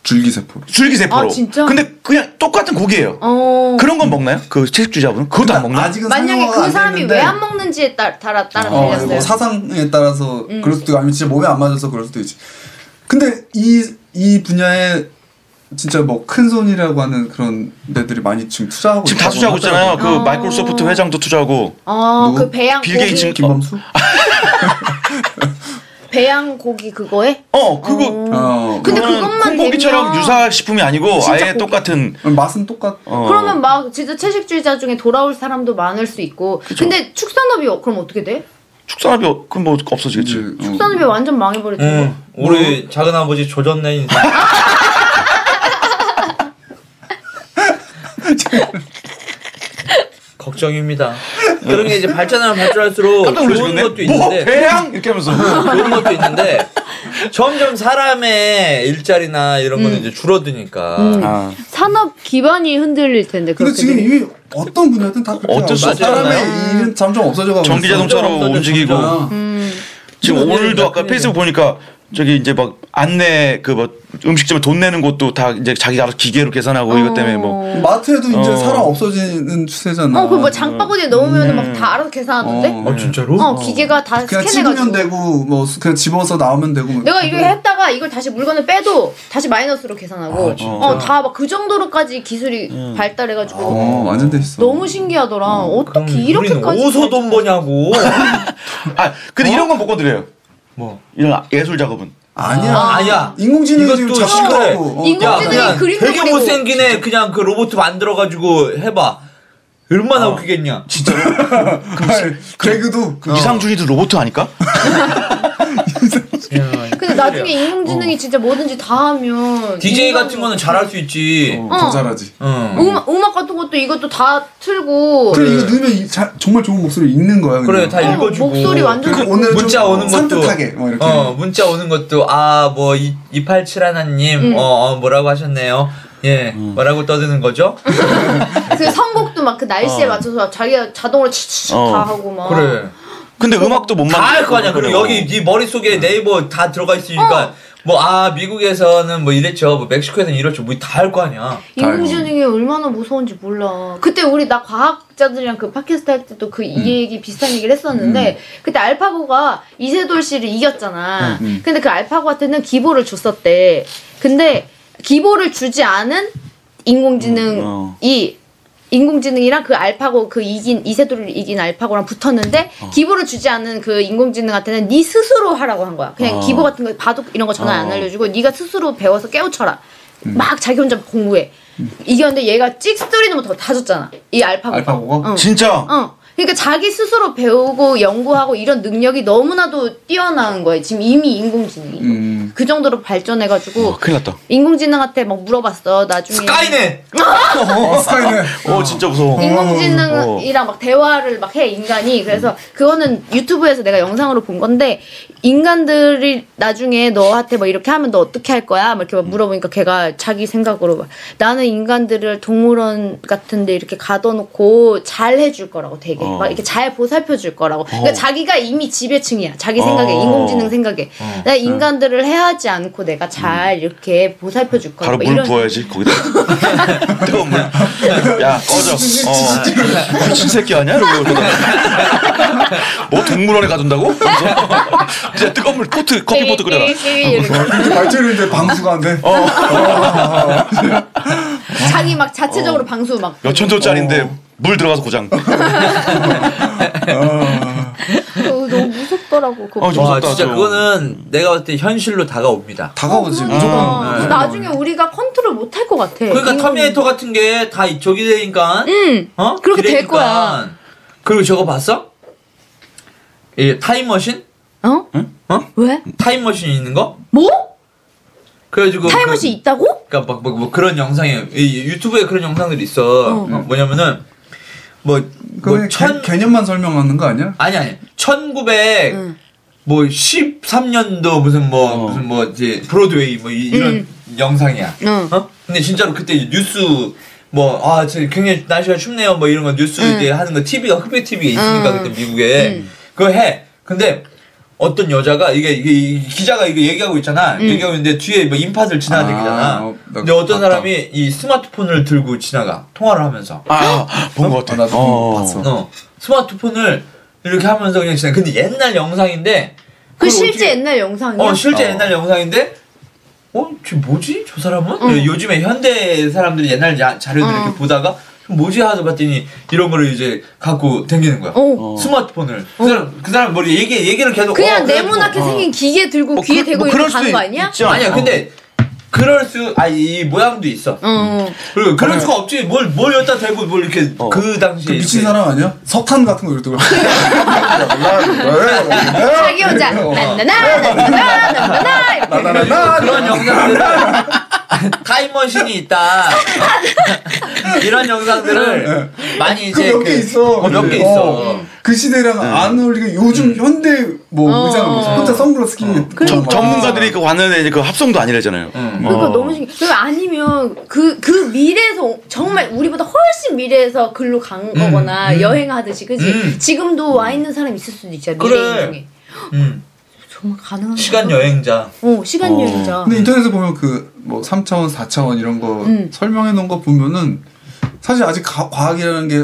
[SPEAKER 2] 줄기세포로.
[SPEAKER 4] 줄기세포로.
[SPEAKER 3] 뭐 아, 진짜?
[SPEAKER 4] 근데 그냥 똑같은 고기예요.
[SPEAKER 3] 어.
[SPEAKER 4] 그런 건 먹나요? 그 채식주의자분은 그것도 안 먹나?
[SPEAKER 2] 아직은
[SPEAKER 3] 만약에
[SPEAKER 2] 상용화가
[SPEAKER 3] 그
[SPEAKER 2] 안
[SPEAKER 3] 사람이
[SPEAKER 2] 됐는데
[SPEAKER 3] 왜 안 먹는지에 따라 따라 따라
[SPEAKER 2] 어,
[SPEAKER 3] 달렸어요. 음.
[SPEAKER 2] 뭐 사상에 따라서 그럴 수도 있고 아니면 진짜 몸에 안 맞아서 그럴 수도 있지. 근데 이 이 분야에 진짜 뭐 큰 손이라고 하는 그런 데들이 많이 지금 투자하고
[SPEAKER 4] 지금 다
[SPEAKER 2] 있다고
[SPEAKER 4] 투자하고 있잖아요. 그
[SPEAKER 3] 어.
[SPEAKER 4] 마이크로소프트 회장도 투자하고
[SPEAKER 3] 어,
[SPEAKER 2] 누구?
[SPEAKER 3] 그 배양
[SPEAKER 4] 빌
[SPEAKER 3] 고기
[SPEAKER 4] 게이츠.
[SPEAKER 2] 김범수?
[SPEAKER 4] 아,
[SPEAKER 3] 배양 고기 그거에?
[SPEAKER 4] 어 그거
[SPEAKER 3] 어.
[SPEAKER 2] 어.
[SPEAKER 3] 근데
[SPEAKER 4] 그거는
[SPEAKER 3] 그것만
[SPEAKER 4] 콩고기처럼
[SPEAKER 3] 되면-
[SPEAKER 4] 유사 식품이 아니고
[SPEAKER 3] 진짜
[SPEAKER 4] 아예
[SPEAKER 3] 고기.
[SPEAKER 4] 똑같은
[SPEAKER 2] 맛은 똑같.
[SPEAKER 4] 어.
[SPEAKER 3] 그러면 막 진짜 채식주의자 중에 돌아올 사람도 많을 수 있고. 근데 축산업이 어- 그럼 어떻게 돼?
[SPEAKER 4] 축산업이 어- 그럼 뭐 없어지겠지.
[SPEAKER 2] 이제, 어.
[SPEAKER 3] 축산업이 완전 망해버리지.
[SPEAKER 5] 응. 우리 작은 아버지 조졌네 인사. 걱정입니다. 그런 게 이제 발전하면 발전할수록
[SPEAKER 4] 깜짝
[SPEAKER 5] 좋은
[SPEAKER 4] 놀라시겠네.
[SPEAKER 5] 것도
[SPEAKER 4] 뭐
[SPEAKER 5] 있는데
[SPEAKER 4] 배양 이렇게 하면서
[SPEAKER 5] 좋은 것도 있는데 점점 사람의 일자리나 이런 거는 이제 줄어드니까
[SPEAKER 4] 아.
[SPEAKER 3] 산업 기반이 흔들릴 텐데
[SPEAKER 2] 근데
[SPEAKER 3] 그렇게
[SPEAKER 2] 지금
[SPEAKER 3] 되면.
[SPEAKER 2] 이미 어떤 분야든 다 그렇게
[SPEAKER 4] 어쩔 수
[SPEAKER 2] 하고 있어.
[SPEAKER 5] 없잖아요.
[SPEAKER 2] 사람의 일은 점점 없어져가고 있어.
[SPEAKER 4] 전기자동차로
[SPEAKER 5] 점점
[SPEAKER 4] 움직이고
[SPEAKER 5] 점점.
[SPEAKER 2] 아,
[SPEAKER 4] 지금
[SPEAKER 5] 그러네,
[SPEAKER 4] 오늘도 아까
[SPEAKER 5] 그러네.
[SPEAKER 4] 페이스북 보니까 저기 이제 막 안내 그 뭐 음식점에 돈 내는 곳도 다 이제 자기가 알아서 기계로 계산하고 이것 때문에 뭐
[SPEAKER 2] 마트에도 이제
[SPEAKER 4] 어.
[SPEAKER 2] 사람 없어지는 추세잖아.
[SPEAKER 3] 어, 그뭐 장바구니에 넣으면 막 다 알아서 계산하던데?
[SPEAKER 2] 어.
[SPEAKER 5] 아 진짜로?
[SPEAKER 3] 어, 기계가 다
[SPEAKER 2] 그냥 찍으면
[SPEAKER 3] 스캔해가지고.
[SPEAKER 2] 되고 뭐 수- 그냥 집어서 나오면 되고. 뭐.
[SPEAKER 3] 내가 이거 했다가 이걸 다시 물건을 빼도 다시 마이너스로 계산하고
[SPEAKER 5] 아, 진짜?
[SPEAKER 3] 어 다 막 그 정도로까지 기술이 발달해가지고
[SPEAKER 2] 어 완전 됐어.
[SPEAKER 3] 너무 신기하더라 어, 떻게 이렇게까지
[SPEAKER 5] 어디서 돈 버냐고.
[SPEAKER 4] 아, 근데 이런 건 못 건드려요.
[SPEAKER 5] 어. 뭐.
[SPEAKER 4] 이런 아- 예술 작업은.
[SPEAKER 2] 아니야.
[SPEAKER 5] 아니야.
[SPEAKER 2] 인공지능이 지금
[SPEAKER 5] 이것도
[SPEAKER 2] 자꾸
[SPEAKER 5] 시끄러워.
[SPEAKER 2] 하고. 어.
[SPEAKER 3] 인공-
[SPEAKER 5] 야
[SPEAKER 3] 인공지능이
[SPEAKER 5] 그냥
[SPEAKER 3] 그림
[SPEAKER 5] 되게
[SPEAKER 3] 그리고.
[SPEAKER 5] 못생기네 그냥 그 로봇 만들어가지고 해봐 얼마나
[SPEAKER 2] 어.
[SPEAKER 5] 웃기겠냐
[SPEAKER 4] 진짜로?
[SPEAKER 2] 아니, 개그도
[SPEAKER 5] 어.
[SPEAKER 4] 그럼 이상준이도 로봇 아닐까?
[SPEAKER 3] 근데 나중에 인공지능이 진짜 뭐든지 다 하면
[SPEAKER 5] DJ
[SPEAKER 3] 인간으로-
[SPEAKER 5] 같은 거는 잘할 수 있지
[SPEAKER 2] 어, 더 잘하지.
[SPEAKER 5] 응.
[SPEAKER 3] 음악, 음악 같은 것도 이것도 다 틀고
[SPEAKER 2] 그래 이거 넣으면 이- 자- 정말 좋은 목소리 읽는 거야.
[SPEAKER 5] 그래
[SPEAKER 2] 그냥.
[SPEAKER 5] 다
[SPEAKER 3] 어,
[SPEAKER 5] 읽어주고
[SPEAKER 3] 목소리 완전
[SPEAKER 2] 그리고 오늘
[SPEAKER 5] 문자
[SPEAKER 2] 좀
[SPEAKER 5] 오는 것도
[SPEAKER 2] 산뜻하게 뭐 이렇게.
[SPEAKER 5] 어 문자 오는 것도 아뭐 287 하나님
[SPEAKER 3] 음.
[SPEAKER 5] 어, 어 뭐라고 하셨네요 예
[SPEAKER 2] 음.
[SPEAKER 5] 뭐라고 떠드는 거죠
[SPEAKER 3] 그 선곡도 막 그 날씨에 맞춰서 자기가 자동으로 치치치
[SPEAKER 4] 어.
[SPEAKER 3] 다 하고 막
[SPEAKER 5] 그래
[SPEAKER 4] 근데 음악도 못 어.
[SPEAKER 5] 다
[SPEAKER 4] 만들.
[SPEAKER 5] 할 거 아니야 그리고 여기 네 머릿속에 네이버 다 들어가 있으니까 뭐 아 미국에서는 뭐 이랬죠 뭐 멕시코에서는 이랬죠 뭐 다 할 거 아니야
[SPEAKER 3] 인공지능이 얼마나 무서운지 몰라. 그때 우리 나 과학자들이랑 그 팟캐스트 할 때도 그 이 얘기 비슷한 얘기를 했었는데 그때 알파고가 이세돌 씨를 이겼잖아. 근데 그 알파고한테는 기보를 줬었대. 근데 기보를 주지 않은 인공지능이
[SPEAKER 4] 음, 어.
[SPEAKER 3] 인공지능이랑 그 알파고 그 이긴 이세돌을 이긴 알파고랑 붙었는데 기보를 주지 않은 그 인공지능한테는 네 스스로 하라고 한 거야. 그냥
[SPEAKER 4] 어.
[SPEAKER 3] 기보 같은 거 바둑 이런 거 전화 안
[SPEAKER 4] 어.
[SPEAKER 3] 알려주고 네가 스스로 배워서 깨우쳐라. 막 자기 혼자 공부해. 이겼는데 얘가 찍소리 넘어 더다 줬잖아. 이 알파고.
[SPEAKER 2] 알파고가?
[SPEAKER 3] 어.
[SPEAKER 4] 진짜.
[SPEAKER 3] 어. 그러니까 자기 스스로 배우고 연구하고 이런 능력이 너무나도 뛰어난 거예요. 지금 이미 인공지능이.
[SPEAKER 2] 음.
[SPEAKER 3] 그 정도로 발전해가지고
[SPEAKER 4] 어, 큰일 났다.
[SPEAKER 3] 인공지능한테 막 물어봤어. 나중에
[SPEAKER 5] 스카이넷
[SPEAKER 2] 어, 스카이네.
[SPEAKER 4] 어, 진짜 무서워.
[SPEAKER 3] 인공지능이랑 막 대화를 막 해 인간이
[SPEAKER 4] 음.
[SPEAKER 3] 그래서 그거는 유튜브에서 내가 영상으로 본 건데 인간들이 나중에 너한테 뭐 이렇게 하면 너 어떻게 할 거야 막 이렇게
[SPEAKER 4] 음.
[SPEAKER 3] 막 물어보니까 걔가 자기 생각으로 막 나는 인간들을 동물원 같은데 이렇게 가둬놓고 잘 해줄 거라고 되게
[SPEAKER 4] 어.
[SPEAKER 3] 막 이렇게 잘 보살펴 줄 거라고 그러니까 자기가 이미 지배층이야 자기 생각에
[SPEAKER 4] 어. 음.
[SPEAKER 3] 인공지능 생각에 내가 인간들을 해하지 않고 내가 잘 이렇게 보살펴 줄 거야
[SPEAKER 4] 바로
[SPEAKER 3] 뭐
[SPEAKER 4] 물 부어야지 거기다. 뜨거운 물. 야 꺼져. 어. 미친 새끼 아니야? 이러고 그러다가. 뭐 동물원에 가둔다고? 하면서 이제 뜨거운 물 포트 커피
[SPEAKER 3] 네,
[SPEAKER 4] 포트 끓여라.
[SPEAKER 3] 이렇게
[SPEAKER 2] 근데 발전인데 방수가 안 돼.
[SPEAKER 3] 자기 막
[SPEAKER 4] 어.
[SPEAKER 3] 자체적으로 방수 막
[SPEAKER 4] 몇 천조짜리인데 물 들어가서 고장.
[SPEAKER 3] 어, 너무 무섭더라고 그거.
[SPEAKER 4] 어, 좀-
[SPEAKER 5] 와
[SPEAKER 4] 무섭다,
[SPEAKER 5] 진짜
[SPEAKER 4] 좀.
[SPEAKER 5] 그거는 내가 볼 때 현실로 다가옵니다
[SPEAKER 2] 다가오지
[SPEAKER 3] 그러니까.
[SPEAKER 2] 무조건.
[SPEAKER 5] 네.
[SPEAKER 3] 나중에 우리가 컨트롤 못 할 것 같아.
[SPEAKER 5] 그러니까
[SPEAKER 3] 인간이.
[SPEAKER 5] 터미네이터 같은 게 다 이쪽이 되니까. 응. 어?
[SPEAKER 3] 음. 그렇게 될
[SPEAKER 5] 그러니까.
[SPEAKER 3] 거야.
[SPEAKER 5] 그리고 저거 봤어? 이 타임머신?
[SPEAKER 3] 어?
[SPEAKER 5] 어?
[SPEAKER 3] 왜?
[SPEAKER 5] 타임머신 있는 거?
[SPEAKER 3] 뭐?
[SPEAKER 5] 그래가지고
[SPEAKER 3] 타임머신
[SPEAKER 5] 그,
[SPEAKER 3] 있다고?
[SPEAKER 5] 그러니까 막, 막, 뭐 그런 영상이 이 유튜브에 그런 영상들이 있어.
[SPEAKER 3] 어.
[SPEAKER 5] 뭐냐면은
[SPEAKER 2] 그건
[SPEAKER 5] 뭐뭐천
[SPEAKER 2] 개념만 설명하는 거 아니야?
[SPEAKER 5] 아니 아니 1900
[SPEAKER 3] 응.
[SPEAKER 5] 뭐 13년도 무슨 뭐
[SPEAKER 2] 어.
[SPEAKER 5] 무슨 뭐 이제 브로드웨이 뭐 이, 런 영상이야.
[SPEAKER 3] 응.
[SPEAKER 5] 어? 근데 진짜로 그때 이제 뉴스 뭐 아 저 굉장히 날씨가 춥네요 뭐 이런 거 뉴스
[SPEAKER 3] 응.
[SPEAKER 5] 이제 하는 거 TV가 흑백 TV가 있으니까
[SPEAKER 3] 응.
[SPEAKER 5] 그때 미국에 그거 해. 근데 어떤 여자가 이게, 이게 이 기자가 이거 얘기하고 있잖아. 얘기하고 있는데 뒤에 뭐 인파들 지나다니잖아.
[SPEAKER 2] 아, 어, 나
[SPEAKER 5] 근데 어떤
[SPEAKER 2] 봤다.
[SPEAKER 5] 사람이 이 스마트폰을 들고 지나가 통화를 하면서.
[SPEAKER 4] 아본 것 같아.
[SPEAKER 2] 아, 나도
[SPEAKER 4] 어.
[SPEAKER 2] 봤어.
[SPEAKER 5] 어 스마트폰을 이렇게 하면서 그냥 지나. 근데 옛날 영상인데.
[SPEAKER 3] 그
[SPEAKER 5] 그걸
[SPEAKER 3] 실제
[SPEAKER 5] 어떻게-
[SPEAKER 3] 옛날 영상이야?
[SPEAKER 5] 어 실제
[SPEAKER 4] 어.
[SPEAKER 5] 옛날 영상인데 어? 저 뭐지? 저 사람은? 네,
[SPEAKER 3] 응.
[SPEAKER 5] 요즘에 현대 사람들이 옛날 야- 자료들
[SPEAKER 3] 응.
[SPEAKER 5] 이렇게 보다가 저 뭐지? 하다 봤더니 이런 거를 이제 갖고 댕기는 거야
[SPEAKER 3] 어.
[SPEAKER 5] 스마트폰을 그 사람 그 사람 머리 얘기 얘기를 계속
[SPEAKER 3] 그냥
[SPEAKER 5] 어, 그래,
[SPEAKER 3] 네모나게
[SPEAKER 5] 뭐, 어.
[SPEAKER 3] 생긴 기계 들고
[SPEAKER 4] 뭐
[SPEAKER 3] 귀에
[SPEAKER 4] 그-
[SPEAKER 3] 대고
[SPEAKER 4] 뭐
[SPEAKER 3] 이렇게
[SPEAKER 4] 그럴
[SPEAKER 3] 가는
[SPEAKER 4] 수도
[SPEAKER 3] 거 아니야?
[SPEAKER 4] 있지 않아?
[SPEAKER 5] 아니야 근데 그럴 수 아니 이 모양도 있어
[SPEAKER 3] 어. 어.
[SPEAKER 5] 그리고 그럴 수가 없지 뭘 뭘 여기다 대고 뭘 이렇게
[SPEAKER 4] 어.
[SPEAKER 5] 그 당시에
[SPEAKER 2] 미친
[SPEAKER 5] 이렇게.
[SPEAKER 2] 사람 아니야? 석탄 같은 거 이렇게 올라.
[SPEAKER 3] 자기 혼자
[SPEAKER 2] 어.
[SPEAKER 3] 나나나 나나나 나나나 이렇게.
[SPEAKER 2] 나나나나
[SPEAKER 5] 그런 영상들은 타임머신이 있다 어? 이런 영상들을 많이 이제
[SPEAKER 2] 네. 그몇개
[SPEAKER 5] 그-
[SPEAKER 2] 있어.
[SPEAKER 5] 어, 몇개
[SPEAKER 2] 근데.
[SPEAKER 5] 있어. 네. 음.
[SPEAKER 2] 어. 그 시대랑 안 어울리고 요즘 현대 뭐
[SPEAKER 3] 어.
[SPEAKER 2] 의상 뭐 혼자
[SPEAKER 5] 어.
[SPEAKER 2] 선글라스 끼는 게
[SPEAKER 4] 저-
[SPEAKER 2] 있잖아.
[SPEAKER 4] 전문가들이 그 왔는데 이제 그 합성도 아니래잖아요.
[SPEAKER 5] 응.
[SPEAKER 3] 그러니까
[SPEAKER 4] 어.
[SPEAKER 3] 너무 신기해. 그 아니면 그, 그 미래에서 오- 정말 우리보다 훨씬 미래에서 글로 간 거거나
[SPEAKER 5] 음.
[SPEAKER 3] 여행하듯이, 그지?
[SPEAKER 5] 음.
[SPEAKER 3] 지금도 와 있는 사람 있을 수도 있잖아,
[SPEAKER 5] 그래.
[SPEAKER 3] 미래인 중에.
[SPEAKER 2] 음.
[SPEAKER 5] 응.
[SPEAKER 3] 정말 가능한
[SPEAKER 5] 시간
[SPEAKER 3] 건가?
[SPEAKER 5] 여행자.
[SPEAKER 3] 어, 시간
[SPEAKER 4] 어.
[SPEAKER 3] 여행자.
[SPEAKER 2] 근데 인터넷에 보면 그 뭐 3차원, 4차원 이런 거
[SPEAKER 3] 음.
[SPEAKER 2] 설명해 놓은 거 보면은 사실 아직 가- 과학이라는 게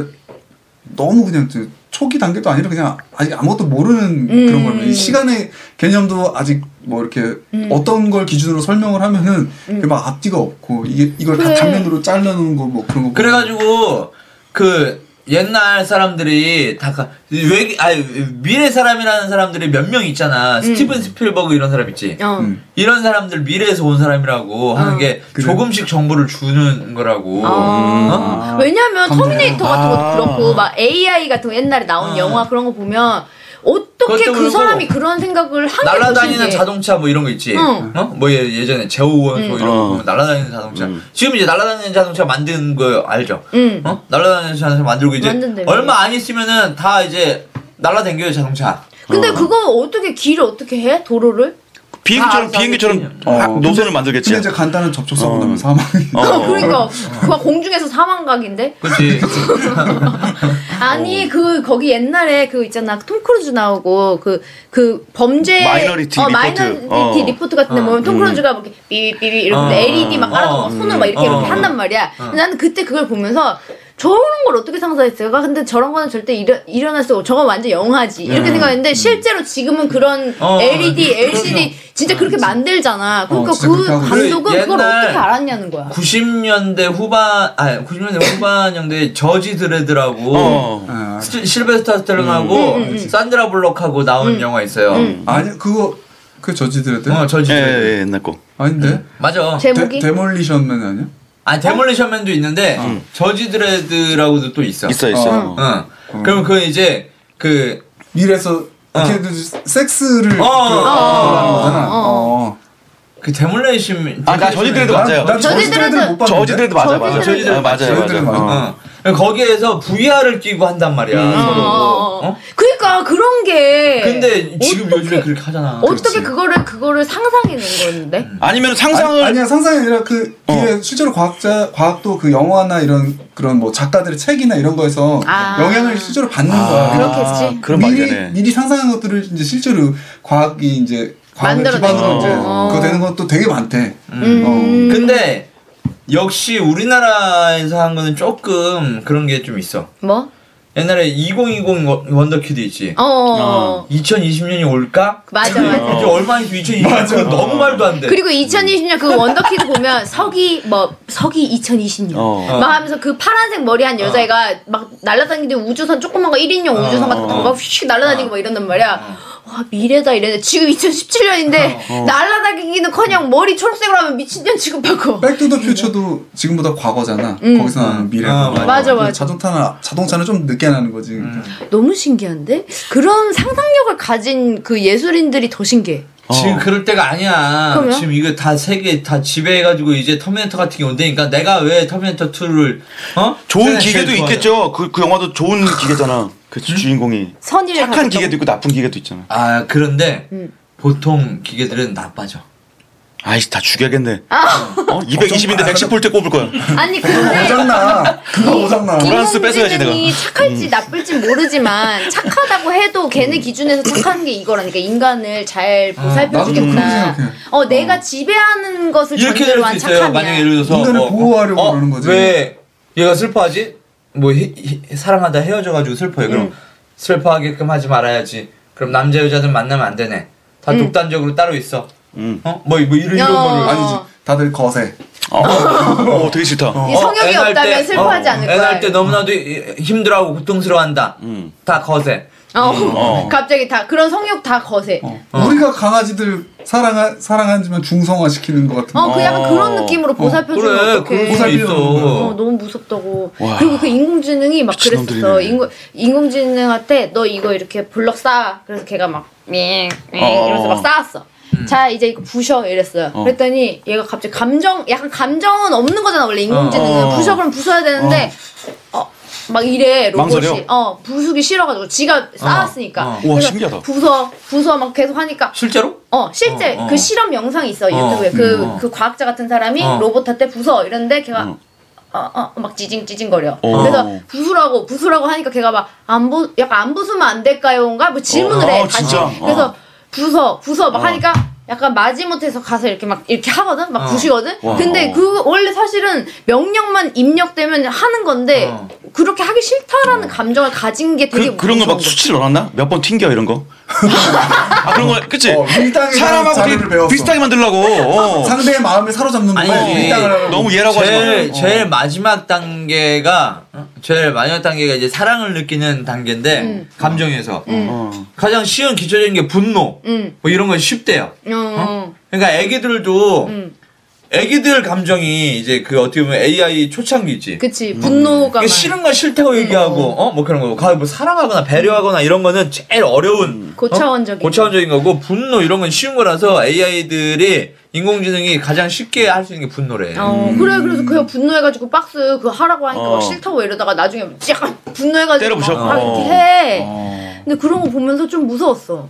[SPEAKER 2] 너무 그냥 저 초기 단계도 아니라 그냥 아직 아무것도 모르는
[SPEAKER 3] 음. 음.
[SPEAKER 2] 그런 거라면 이 시간의 개념도 아직 뭐 이렇게 어떤 걸 기준으로 설명을 하면은 그게 막 앞뒤가 없고 이게 이걸 다
[SPEAKER 3] 그래.
[SPEAKER 2] 장면으로 잘라 놓은 거 뭐 그런 거 보면
[SPEAKER 5] 그래가지고 그 옛날 사람들이 다왜 아 미래 사람이라는 사람들이 몇 명 있잖아. 스티븐 스필버그 이런 사람 있지.
[SPEAKER 3] 음. 어.
[SPEAKER 2] 음.
[SPEAKER 5] 이런 사람들 미래에서 온 사람이라고 하는
[SPEAKER 3] 어.
[SPEAKER 5] 게
[SPEAKER 2] 그래.
[SPEAKER 5] 조금씩 정보를 주는 거라고. 어?
[SPEAKER 3] 아. 왜냐면
[SPEAKER 2] 감정.
[SPEAKER 3] 터미네이터 같은 것도
[SPEAKER 4] 아.
[SPEAKER 3] 그렇고 막 AI 같은 거 옛날에 나온
[SPEAKER 5] 아.
[SPEAKER 3] 영화 그런 거 보면 어떻게
[SPEAKER 5] 그것도
[SPEAKER 3] 그
[SPEAKER 5] 그렇고
[SPEAKER 3] 사람이 그런 생각을 하게
[SPEAKER 5] 날아다니는
[SPEAKER 3] 것인지.
[SPEAKER 5] 자동차 뭐 이런 거 있지.
[SPEAKER 3] 응.
[SPEAKER 5] 어? 뭐 예- 예전에 제오원 뭐 이런 거
[SPEAKER 4] 어.
[SPEAKER 5] 보면 날아다니는 자동차. 지금 이제 날아다니는 자동차 만든 거 알죠?
[SPEAKER 3] 응.
[SPEAKER 5] 어? 날아다니는 자동차 만들고 이제
[SPEAKER 3] 만든대요.
[SPEAKER 5] 얼마 안 있으면은 다 이제 날아다녀요 자동차.
[SPEAKER 3] 근데 그거 어떻게 길을 어떻게 해? 도로를?
[SPEAKER 4] 비행기처럼
[SPEAKER 5] 다
[SPEAKER 4] 비행기처럼
[SPEAKER 2] 어.
[SPEAKER 4] 각 노선을 만들겠지.
[SPEAKER 2] 근데 이제 간단한 접촉사고
[SPEAKER 4] 어.
[SPEAKER 2] 나면 사망이
[SPEAKER 4] 어.
[SPEAKER 3] 그러니까 그거 공중에서 사망각인데.
[SPEAKER 5] 그렇지.
[SPEAKER 3] 아니 그 거기 옛날에 그 있잖아 톰 크루즈 나오고 그 그 범죄
[SPEAKER 4] 마이너리티
[SPEAKER 3] 어,
[SPEAKER 4] 리포트.
[SPEAKER 3] 마이너리티
[SPEAKER 4] 어.
[SPEAKER 3] 리포트 같은데 보면
[SPEAKER 5] 음.
[SPEAKER 3] 톰 크루즈가 막 이렇게 삐삐삐 이렇게
[SPEAKER 5] 어.
[SPEAKER 3] LED 막 깔아서 막
[SPEAKER 5] 어.
[SPEAKER 3] 손을 막 이렇게
[SPEAKER 5] 어.
[SPEAKER 3] 이렇게 한단 말이야. 근데 나는 그때 그걸 보면서 저런 걸 어떻게 상상했을까? 근데 저런 거는 절대 일어, 일어날 수 없고 저건 완전 영화지 이렇게 생각했는데 실제로 지금은 그런
[SPEAKER 5] 음. 어, 그렇죠.
[SPEAKER 3] LED,
[SPEAKER 5] 그럼요.
[SPEAKER 3] LCD 진짜 그렇게 만들잖아. 그러니까
[SPEAKER 2] 진짜
[SPEAKER 3] 그
[SPEAKER 2] 그렇게 하고.
[SPEAKER 3] 감독은
[SPEAKER 5] 어, 그래,
[SPEAKER 3] 그걸
[SPEAKER 5] 옛날
[SPEAKER 3] 어떻게 알았냐는 거야.
[SPEAKER 5] 90년대 후반, 아, 90년대 후반 연대 저지 드레드라고
[SPEAKER 4] 어.
[SPEAKER 2] 아,
[SPEAKER 5] 스- 실베스터
[SPEAKER 3] 음.
[SPEAKER 5] 스텔론하고 산드라 블록하고 나온 영화 있어요.
[SPEAKER 2] 아니 그거 그 저지들에 대
[SPEAKER 5] 어, 저지
[SPEAKER 4] 예,
[SPEAKER 5] 드레드. 네?
[SPEAKER 4] 예, 예, 옛날 거.
[SPEAKER 2] 아닌데
[SPEAKER 5] 맞아.
[SPEAKER 4] 네.
[SPEAKER 3] 제목이
[SPEAKER 2] 데, 몰리션맨 아니야?
[SPEAKER 5] 아, 데몰리션맨도 있는데 저지 드레드라고도 또 있어.
[SPEAKER 4] 어. 있어 있어.
[SPEAKER 2] 어.
[SPEAKER 5] 응. 그럼 그 이제 그
[SPEAKER 2] 미래에서 어떻게든 섹스를
[SPEAKER 5] 어,
[SPEAKER 2] 그-
[SPEAKER 5] 어, 어,
[SPEAKER 2] 그러는
[SPEAKER 5] 어,
[SPEAKER 2] 거잖아.
[SPEAKER 3] 어, 어.
[SPEAKER 2] 어.
[SPEAKER 5] 그 데몰레이션
[SPEAKER 4] 아, 나 저지 드레드 맞아요.
[SPEAKER 2] 난
[SPEAKER 3] 저지들은
[SPEAKER 2] 저지들은 못 봤는데.
[SPEAKER 4] 저지들레드 맞아 맞아.
[SPEAKER 5] 저지드레드.
[SPEAKER 4] 아, 맞아요
[SPEAKER 2] 저지드레드
[SPEAKER 4] 맞아요.
[SPEAKER 2] 맞아.
[SPEAKER 4] 어.
[SPEAKER 5] 어. 거기에서 VR을 끼고 한단 말이야.
[SPEAKER 4] 음.
[SPEAKER 5] 서로.
[SPEAKER 3] 어.
[SPEAKER 5] 어?
[SPEAKER 3] 그러니까 그런 게
[SPEAKER 5] 근데 지금
[SPEAKER 3] 네. 어떻게-
[SPEAKER 5] 요즘에 그렇게 하잖아.
[SPEAKER 3] 어떻게
[SPEAKER 2] 그렇지.
[SPEAKER 3] 그거를 그거를 상상해낸 거였는데
[SPEAKER 4] 아니면 상상을 어.
[SPEAKER 2] 아니, 아니야 상상이 아니라 그 뒤에 실제로 과학자 과학도 그 영화나 이런 그런 뭐 작가들의 책이나 이런 거에서
[SPEAKER 3] 아.
[SPEAKER 2] 영향을 실제로 받는
[SPEAKER 4] 아,
[SPEAKER 2] 거야.
[SPEAKER 3] 그렇겠지.
[SPEAKER 4] 그런 말이
[SPEAKER 2] 미리
[SPEAKER 4] 되네.
[SPEAKER 2] 미리 상상한 것들을 이제 실제로 과학이 이제 과학을
[SPEAKER 3] 만들어낸
[SPEAKER 2] 기반으로 이제
[SPEAKER 3] 거죠.
[SPEAKER 2] 그거 되는 것도 되게 많대.
[SPEAKER 5] 어,
[SPEAKER 3] 음.
[SPEAKER 5] 그 근데 역시 우리나라에서 한 거는 조금 그런 게 좀 있어.
[SPEAKER 3] 뭐?
[SPEAKER 5] 옛날에 2020 원- 원더키드 있지.
[SPEAKER 3] 어,
[SPEAKER 5] 아.
[SPEAKER 3] 어.
[SPEAKER 5] 2020년이 올까?
[SPEAKER 3] 맞아, 맞아.
[SPEAKER 5] 이제 얼마 안 2020년 맞아. 너무 말도 안 돼.
[SPEAKER 3] 네. 그리고 2020년 그 원더키드 보면 서기 뭐 서기 2020년
[SPEAKER 4] 어.
[SPEAKER 3] 막 하면서 그 파란색 머리 한 여자애가 막 날아다니는데 우주선 조그만 거 1인용 우주선 같은
[SPEAKER 5] 어.
[SPEAKER 3] 거막 휙 날아다니고 막 이런단 말이야. 와 아 미래다 이랬는데 지금 2017년인데
[SPEAKER 5] 어.
[SPEAKER 3] 날라다니기는커녕 머리 초록색으로 하면 미친년 취급하고
[SPEAKER 2] 백투더 퓨처도 지금보다 과거잖아. 거기서 나는 미래.
[SPEAKER 5] 아, 맞아.
[SPEAKER 3] 음.
[SPEAKER 5] 음.
[SPEAKER 3] 맞아, 맞아.
[SPEAKER 2] 자동차는 자동차는 좀 늦게 나는 거지. 그러니까.
[SPEAKER 3] 너무 신기한데 그런 상상력을 가진 그 예술인들이 더 신기해.
[SPEAKER 4] 어.
[SPEAKER 5] 지금 그럴 때가 아니야.
[SPEAKER 3] 그럼요?
[SPEAKER 5] 지금 이거 다 세계 다 지배해가지고 이제 터미네이터 같은 게 온다니까 내가 왜 터미네이터 2를 어?
[SPEAKER 4] 네, 좋은
[SPEAKER 5] 세상에
[SPEAKER 4] 기계도
[SPEAKER 5] 제일 좋아해요.
[SPEAKER 4] 있겠죠. 그, 그 영화도 좋은 기계잖아. 그 주인공이.
[SPEAKER 3] 선의를
[SPEAKER 4] 착한
[SPEAKER 3] 가졌다고.
[SPEAKER 4] 기계도 있고 나쁜 기계도 있잖아.
[SPEAKER 5] 아 그런데
[SPEAKER 3] 음.
[SPEAKER 5] 보통 기계들은 나빠져.
[SPEAKER 4] 아이씨, 다 죽여야겠네. 어? 220인데 110볼트 꼽을 거야.
[SPEAKER 3] 아니 근데
[SPEAKER 2] 오장나. 금방 오장나.
[SPEAKER 4] 이- 밸런스 뺏어야지, 내가.
[SPEAKER 3] 인공지능이
[SPEAKER 5] 음.
[SPEAKER 3] 착할지 나쁠지 모르지만 착하다고 해도 걔네 기준에서 착한 게 이거라니까 인간을 잘
[SPEAKER 2] 아, 나도 좀 그렇게
[SPEAKER 3] 보살펴주겠다.
[SPEAKER 2] 생각해.
[SPEAKER 3] 어 내가 지배하는 것을
[SPEAKER 5] 이렇게 될
[SPEAKER 3] 전제로 한
[SPEAKER 5] 수 있어요. 만약에 예를
[SPEAKER 3] 착함이야.
[SPEAKER 5] 들어서
[SPEAKER 2] 인간을 보호하려고 그러는 거지.
[SPEAKER 5] 왜 얘가 슬퍼하지? 뭐 헤- 헤- 사랑하다 헤어져가지고 슬퍼해.
[SPEAKER 4] 음.
[SPEAKER 5] 그럼 슬퍼하게끔 하지 말아야지. 그럼 남자 여자들 만나면 안 되네. 다 독단적으로 따로 있어.
[SPEAKER 4] 음.
[SPEAKER 5] 어? 뭐, 뭐 이런 이런
[SPEAKER 3] 어.
[SPEAKER 5] 거를
[SPEAKER 2] 아니지. 다들 거세.
[SPEAKER 4] 어, 어 되게 싫다.
[SPEAKER 3] 이 성욕이
[SPEAKER 5] 애 낳을
[SPEAKER 3] 없다면
[SPEAKER 5] 때,
[SPEAKER 3] 슬퍼하지
[SPEAKER 5] 어,
[SPEAKER 3] 않을
[SPEAKER 5] 애
[SPEAKER 3] 거야.
[SPEAKER 5] 낳을 때 너무나도 이- 힘들어하고 고통스러워한다.
[SPEAKER 4] 음.
[SPEAKER 5] 다 거세.
[SPEAKER 3] 어,
[SPEAKER 5] 음.
[SPEAKER 4] 어.
[SPEAKER 3] 갑자기 다 그런 성욕 다 거세. 어,
[SPEAKER 2] 어. 우리가 강아지들 사랑 사랑하지만 중성화 시키는 것 같은. 거.
[SPEAKER 3] 그 약간
[SPEAKER 4] 어.
[SPEAKER 3] 그런 느낌으로 보살펴주면
[SPEAKER 5] 그래,
[SPEAKER 3] 어떡해.
[SPEAKER 5] 그럴 수
[SPEAKER 2] 보살펴-
[SPEAKER 5] 있어.
[SPEAKER 3] 어, 너무 무섭다고.
[SPEAKER 4] 와.
[SPEAKER 3] 그리고 그 인공지능이 막
[SPEAKER 4] 미친놈들이네.
[SPEAKER 3] 그랬었어. 인공, 인공지능한테 너 이거 이렇게 블럭 쌓아. 그래서 걔가 막, 윙, 윙
[SPEAKER 4] 어. 음.
[SPEAKER 3] 이러면서 막 쌓았어. 자, 이제 이거 부셔. 이랬어요.
[SPEAKER 4] 어.
[SPEAKER 3] 그랬더니 얘가 갑자기 감정, 약간 감정은 없는 거잖아, 원래 인공지능은.
[SPEAKER 5] 어.
[SPEAKER 3] 부셔, 그럼 부숴야 되는데, 어. 막 이래 로봇이
[SPEAKER 4] 망설여?
[SPEAKER 3] 어 부수기 싫어가지고 지가 쌓았으니까
[SPEAKER 5] 어.
[SPEAKER 4] 우와,
[SPEAKER 3] 그래서
[SPEAKER 4] 신기하다.
[SPEAKER 3] 부숴 부숴 막 계속 하니까
[SPEAKER 5] 실제로?
[SPEAKER 3] 어 실제
[SPEAKER 5] 어, 어.
[SPEAKER 3] 그 실험 영상이 있어 유튜브에 그,
[SPEAKER 5] 음, 어.
[SPEAKER 3] 그 과학자 같은 사람이
[SPEAKER 5] 어.
[SPEAKER 3] 로봇한테 부숴 이런데 걔가
[SPEAKER 4] 어.
[SPEAKER 3] 어어막 찌징 찌징거려
[SPEAKER 4] 어.
[SPEAKER 3] 그래서 부수라고 부수라고 하니까 걔가 막안부 약간 안 부수면 안 될까요인가 뭐 질문을
[SPEAKER 4] 어,
[SPEAKER 3] 해
[SPEAKER 4] 어,
[SPEAKER 3] 다시
[SPEAKER 4] 진짜? 어.
[SPEAKER 3] 그래서 부숴 부숴 막 하니까 약간 마지못해서 가서 이렇게 막 이렇게 하거든 막
[SPEAKER 5] 어.
[SPEAKER 3] 부시거든
[SPEAKER 4] 와.
[SPEAKER 3] 근데 그 원래 사실은 명령만 입력되면 하는 건데
[SPEAKER 5] 어.
[SPEAKER 3] 그렇게 하기 싫다라는 감정을 가진 게 되게
[SPEAKER 4] 어. 그, 그런 거 막
[SPEAKER 3] 무서운 거지.
[SPEAKER 4] 수치를 넣어놨나? 몇 번 튕겨 이런 거? 아 그런 거 그치?
[SPEAKER 2] 어, 밀당에
[SPEAKER 4] 사람하고
[SPEAKER 2] 대한
[SPEAKER 4] 되게
[SPEAKER 2] 자료를 배웠어.
[SPEAKER 4] 비슷하게 만들려고 어.
[SPEAKER 2] 상대의 마음을 사로잡는
[SPEAKER 5] 아니,
[SPEAKER 2] 거야. 뭐. 밀당을 하고.
[SPEAKER 4] 너무 얘라고 하지 어.
[SPEAKER 5] 제일
[SPEAKER 4] 마
[SPEAKER 5] 제일 마지막 단계가 어? 제일 마지막 단계가 이제 사랑을 느끼는 단계인데
[SPEAKER 3] 음.
[SPEAKER 5] 감정에서
[SPEAKER 4] 어.
[SPEAKER 5] 가장 쉬운 기초적인 게 분노
[SPEAKER 3] 음.
[SPEAKER 5] 뭐 이런 건 쉽대요.
[SPEAKER 3] 어, 어.
[SPEAKER 5] 그러니까 애기들도
[SPEAKER 3] 음.
[SPEAKER 5] 애기들 감정이 이제 그 어떻게 보면 AI 초창기지.
[SPEAKER 3] 그치 분노가
[SPEAKER 5] 그러니까
[SPEAKER 3] 막-
[SPEAKER 5] 싫은 건
[SPEAKER 3] 음.
[SPEAKER 5] 싫다고 얘기하고 어 뭐 그런 거고 가뭐 사랑하거나 배려하거나 이런 거는 제일 어려운 어?
[SPEAKER 3] 고차원적인
[SPEAKER 5] 고차원적인 거고 분노 이런 건 쉬운 거라서 AI들이 인공지능이 가장 쉽게 할 수 있는 게 분노래.
[SPEAKER 3] 어, 그래 그래서 그냥 분노해가지고 박스 그거 하라고 하니까
[SPEAKER 4] 어.
[SPEAKER 3] 막 싫다고 이러다가 나중에 약간 분노해가지고
[SPEAKER 4] 때려부셔.
[SPEAKER 3] 막 이렇게
[SPEAKER 4] 어.
[SPEAKER 3] 해. 근데 그런 거 보면서 좀 무서웠어.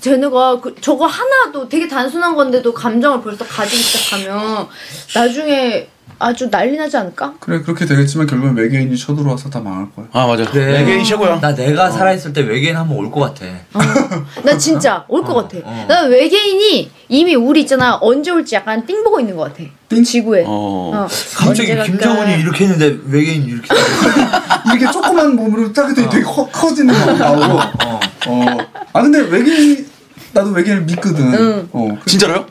[SPEAKER 3] 쟤- 쟤네가 그, 저거 하나도 되게 단순한 건데도 감정을 벌써 가지기 시작하면 나중에 아주 난리 나지 않을까?
[SPEAKER 2] 그래 그렇게 되겠지만 결국엔 외계인이 쳐들어와서 다 망할 거야.
[SPEAKER 4] 아 맞아
[SPEAKER 5] 그래.
[SPEAKER 4] 외계인 최고야
[SPEAKER 5] 나 내가 살아있을 때 외계인 한번 올 것 같아.
[SPEAKER 3] 나 진짜 올 것 같아. 난 외계인이 이미 우리 있잖아 언제 올지 약간 띵 보고 있는 것 같아. 그
[SPEAKER 2] 띵?
[SPEAKER 3] 지구에.
[SPEAKER 4] 어.
[SPEAKER 5] 갑자기
[SPEAKER 3] 언제 갈까?
[SPEAKER 5] 김정은이 이렇게 했는데 외계인 이렇게.
[SPEAKER 2] 이렇게 조그만 몸으로 딱
[SPEAKER 5] 어.
[SPEAKER 2] 되게, 되게 커, 커지는 거 나오고. 어. 아 근데 외계인 나도 외계인을 믿거든.
[SPEAKER 3] 응.
[SPEAKER 2] 어. 그-
[SPEAKER 4] 진짜로요?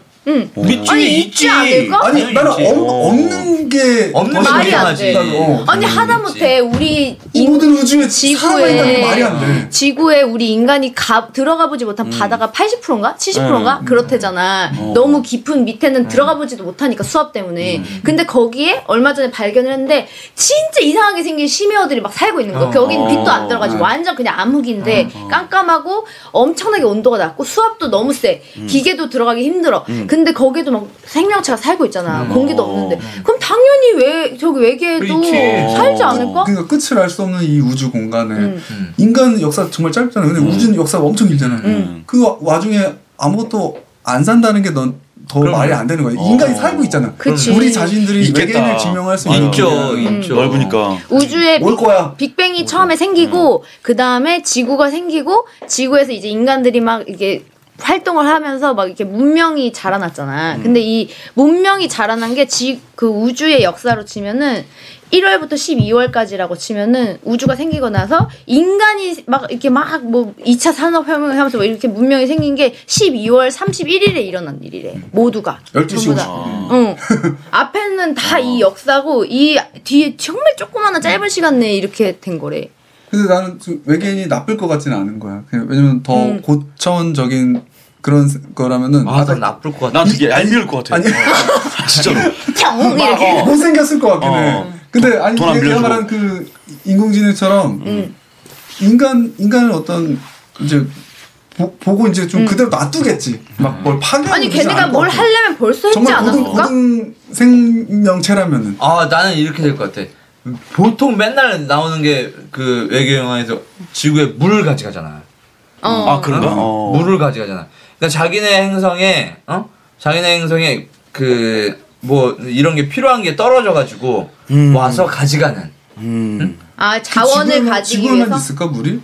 [SPEAKER 5] 믿지
[SPEAKER 3] 아니, 있지 않을까?
[SPEAKER 2] 아니 나는
[SPEAKER 4] 어.
[SPEAKER 2] 없, 없는 게
[SPEAKER 5] 없는
[SPEAKER 2] 더
[SPEAKER 3] 말이 안 돼.
[SPEAKER 5] 하지.
[SPEAKER 2] 어.
[SPEAKER 3] 아니 하다못해 우리
[SPEAKER 2] 이 모든 우주에 사람만 있다는 게
[SPEAKER 3] 지구에
[SPEAKER 2] 말이 안
[SPEAKER 3] 음.
[SPEAKER 2] 돼.
[SPEAKER 3] 지구에 우리 인간이 가, 들어가 보지 못한
[SPEAKER 5] 음.
[SPEAKER 3] 바다가 80%인가 70%인가 그렇대잖아.
[SPEAKER 5] 어.
[SPEAKER 3] 너무 깊은
[SPEAKER 5] 음.
[SPEAKER 3] 밑에는 들어가 보지도 못하니까 수압 때문에. 근데 거기에 얼마 전에 발견을 했는데 진짜 이상하게 생긴 심해어들이 막 살고 있는 거야.
[SPEAKER 5] 어.
[SPEAKER 3] 거기는 빛도 안 들어가지고
[SPEAKER 2] 어.
[SPEAKER 3] 완전 그냥 암흑인데 깜깜하고 엄청나게 온도가 낮고 수압도 너무 세.
[SPEAKER 5] 음.
[SPEAKER 3] 기계도 들어가기 힘들어. 근데 거기에도 막 생명체가 살고 있잖아. 공기도
[SPEAKER 4] 어.
[SPEAKER 3] 없는데. 그럼 당연히 왜 저기 외계에도
[SPEAKER 5] 음. 그렇지.
[SPEAKER 3] 살지 않을까?
[SPEAKER 2] 그러니까 끝을 알 수 없는 이 우주 공간에
[SPEAKER 3] 음.
[SPEAKER 2] 인간 역사 정말 짧잖아요. 근데 우주는 역사가 엄청 길잖아요.
[SPEAKER 3] 음.
[SPEAKER 2] 그 와- 와중에 아무것도 안 산다는 게 넌 더
[SPEAKER 5] 그럼요.
[SPEAKER 2] 말이 안 되는 거예요. 인간이
[SPEAKER 4] 어.
[SPEAKER 2] 살고 있잖아.
[SPEAKER 3] 그치.
[SPEAKER 2] 우리 자신들이
[SPEAKER 4] 있겠다.
[SPEAKER 2] 외계인을 증명할 수 있는
[SPEAKER 5] 있죠,
[SPEAKER 3] 음.
[SPEAKER 2] 길이야.
[SPEAKER 5] 있죠.
[SPEAKER 4] 넓으니까
[SPEAKER 3] 우주에
[SPEAKER 2] 올 거야.
[SPEAKER 3] 빅뱅이 처음에 생기고 그 다음에 지구가 생기고 지구에서 이제 인간들이 막 이게 활동을 하면서 막 이렇게 문명이 자라났잖아. 근데 이 문명이 자라난 게 그 우주의 역사로 치면은 1월부터 12월까지라고 치면은 우주가 생기고 나서 인간이 막 이렇게 막 뭐 2차 산업혁명 하면서 막 이렇게 문명이 생긴 게 12월 31일에 일어난 일이래. 모두가.
[SPEAKER 2] 12시
[SPEAKER 3] 전부 다.
[SPEAKER 2] 50분.
[SPEAKER 3] 음.
[SPEAKER 2] 어.
[SPEAKER 3] 응.
[SPEAKER 5] 어.
[SPEAKER 3] 앞에는 다 이 역사고 이 뒤에 정말 조그마한 짧은 시간 내에 이렇게 된 거래.
[SPEAKER 2] 근데 근데 나는 좀 외계인이 나쁠 것 같지는 않은 거야. 그냥 왜냐면 더
[SPEAKER 3] 음.
[SPEAKER 2] 고차원적인 그런 스- 거라면은
[SPEAKER 5] 아, 난
[SPEAKER 2] 나-
[SPEAKER 5] 나쁠 것 같아.
[SPEAKER 4] 난 되게 얄미울 것 같아.
[SPEAKER 2] 아니
[SPEAKER 4] 진짜로.
[SPEAKER 2] 아,
[SPEAKER 3] 평
[SPEAKER 4] 막,
[SPEAKER 3] 이렇게.
[SPEAKER 4] 어.
[SPEAKER 2] 못생겼을 것 같긴 해.
[SPEAKER 4] 어.
[SPEAKER 2] 근데 아니
[SPEAKER 4] 돈안
[SPEAKER 2] 내가
[SPEAKER 4] 빌려주고. 음.
[SPEAKER 2] 말한 그 인공지능처럼 인간 인간을 어떤 이제 보, 보고 이제 좀 그대로 놔두겠지. 막 뭘 파괴.
[SPEAKER 3] 음. 아니 걔네가 뭘 하려면 벌써 했지
[SPEAKER 2] 정말 모든
[SPEAKER 3] 않았을까?
[SPEAKER 2] 모든 생명체라면은
[SPEAKER 5] 아, 나는 이렇게 될 것 같아. 보통 맨날 나오는 게 그 외계 영화에서 지구에 물을 가져가잖아.
[SPEAKER 3] 어.
[SPEAKER 4] 아 그런가? 어.
[SPEAKER 5] 어. 물을 가져가잖아. 그러니까 자기네 행성에 어? 자기네 행성에 그 뭐 이런 게 필요한 게 떨어져 가지고
[SPEAKER 4] 음.
[SPEAKER 5] 와서 가져가는.
[SPEAKER 4] 음.
[SPEAKER 3] 아 자원을
[SPEAKER 2] 그 지구에만-
[SPEAKER 3] 가지기
[SPEAKER 2] 지구에만
[SPEAKER 3] 위해서.
[SPEAKER 2] 있을까 물이?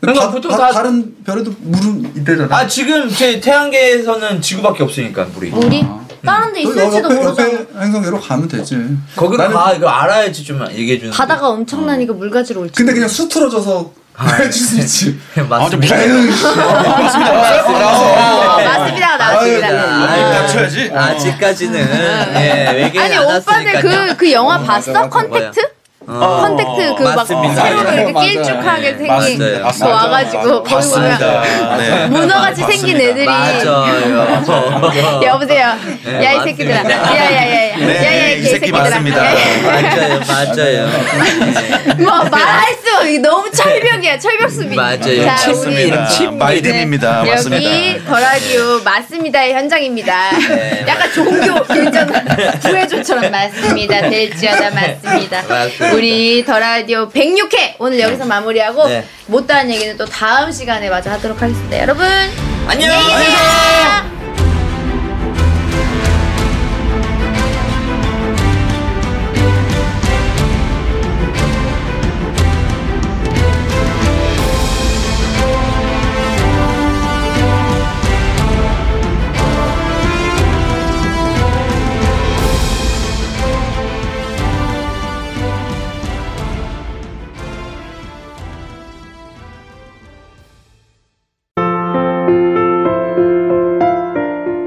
[SPEAKER 5] 그러니까
[SPEAKER 2] 다-
[SPEAKER 5] 보통
[SPEAKER 2] 다,
[SPEAKER 5] 다-
[SPEAKER 2] 다른 별에도 물은 있대잖아.
[SPEAKER 5] 아, 지금 제 태양계에서는 지구밖에 없으니까 물이.
[SPEAKER 3] 우리
[SPEAKER 2] 아.
[SPEAKER 3] 다른 데
[SPEAKER 2] 너 옆에,
[SPEAKER 3] 있을지도 모르잖아.
[SPEAKER 2] 옆에 행성으로 가면 되지.
[SPEAKER 5] 거기
[SPEAKER 2] 나는-
[SPEAKER 5] 가 이거 알아야지 좀 얘기해 주는.
[SPEAKER 3] 바다가 엄청나니까 물 가지러 올지.
[SPEAKER 2] 어. 근데 그냥 수틀어져서
[SPEAKER 5] 아,
[SPEAKER 2] 해줄
[SPEAKER 5] 네.
[SPEAKER 2] 수 있지. 네.
[SPEAKER 4] 아, 저
[SPEAKER 5] 맞습니다.
[SPEAKER 4] 무슨 아,
[SPEAKER 3] 어,
[SPEAKER 2] 아,
[SPEAKER 3] 맞습니다.
[SPEAKER 2] 예,
[SPEAKER 3] 나왔습니다.
[SPEAKER 5] 아유,
[SPEAKER 4] 입 닥쳐야지.
[SPEAKER 5] 아직까지는 예, 외계인
[SPEAKER 3] 아니
[SPEAKER 5] 안
[SPEAKER 3] 오빠들
[SPEAKER 5] 왔으니까요.
[SPEAKER 3] 그, 그 영화 봤어?
[SPEAKER 2] 맞아. 어, 예,
[SPEAKER 3] 컨택트? 컨택트 그 막
[SPEAKER 5] 맞습니다.
[SPEAKER 3] 세로로 이렇게
[SPEAKER 2] 맞아요.
[SPEAKER 3] 길쭉하게
[SPEAKER 5] 네,
[SPEAKER 3] 생긴
[SPEAKER 5] 맞아요.
[SPEAKER 3] 그 와가지고 거기 보면
[SPEAKER 4] 맞습니다. 네.
[SPEAKER 3] 문어같이 생긴 애들이
[SPEAKER 5] 맞아요.
[SPEAKER 3] 여보세요.
[SPEAKER 5] 네,
[SPEAKER 3] 야 이
[SPEAKER 5] 맞습니다.
[SPEAKER 3] 새끼들아. 야야야야. 야야
[SPEAKER 4] 네,
[SPEAKER 3] 이
[SPEAKER 4] 이 새끼
[SPEAKER 3] 새끼들아.
[SPEAKER 4] 맞습니다.
[SPEAKER 5] 맞아요, 네. 맞아요.
[SPEAKER 3] 뭐 말할 수 이게 너무 철벽이야 철벽 수비.
[SPEAKER 5] 맞아요.
[SPEAKER 3] 자, 우리
[SPEAKER 5] 맞습니다.
[SPEAKER 3] 네,
[SPEAKER 4] 마이딘입니다. 맞습니다.
[SPEAKER 3] 여기 더 라디오 맞습니다의 현장입니다.
[SPEAKER 5] 네.
[SPEAKER 3] 약간 종교 교전 구해조처럼 맞습니다. 될지어다 맞습니다.
[SPEAKER 5] 맞습니다.
[SPEAKER 3] 우리 더 라디오 106회 오늘 여기서 마무리하고
[SPEAKER 5] 네.
[SPEAKER 3] 못다한 얘기는 또 다음 시간에 마저 하도록 하겠습니다. 여러분
[SPEAKER 5] 안녕.
[SPEAKER 3] 안녕히 계세요.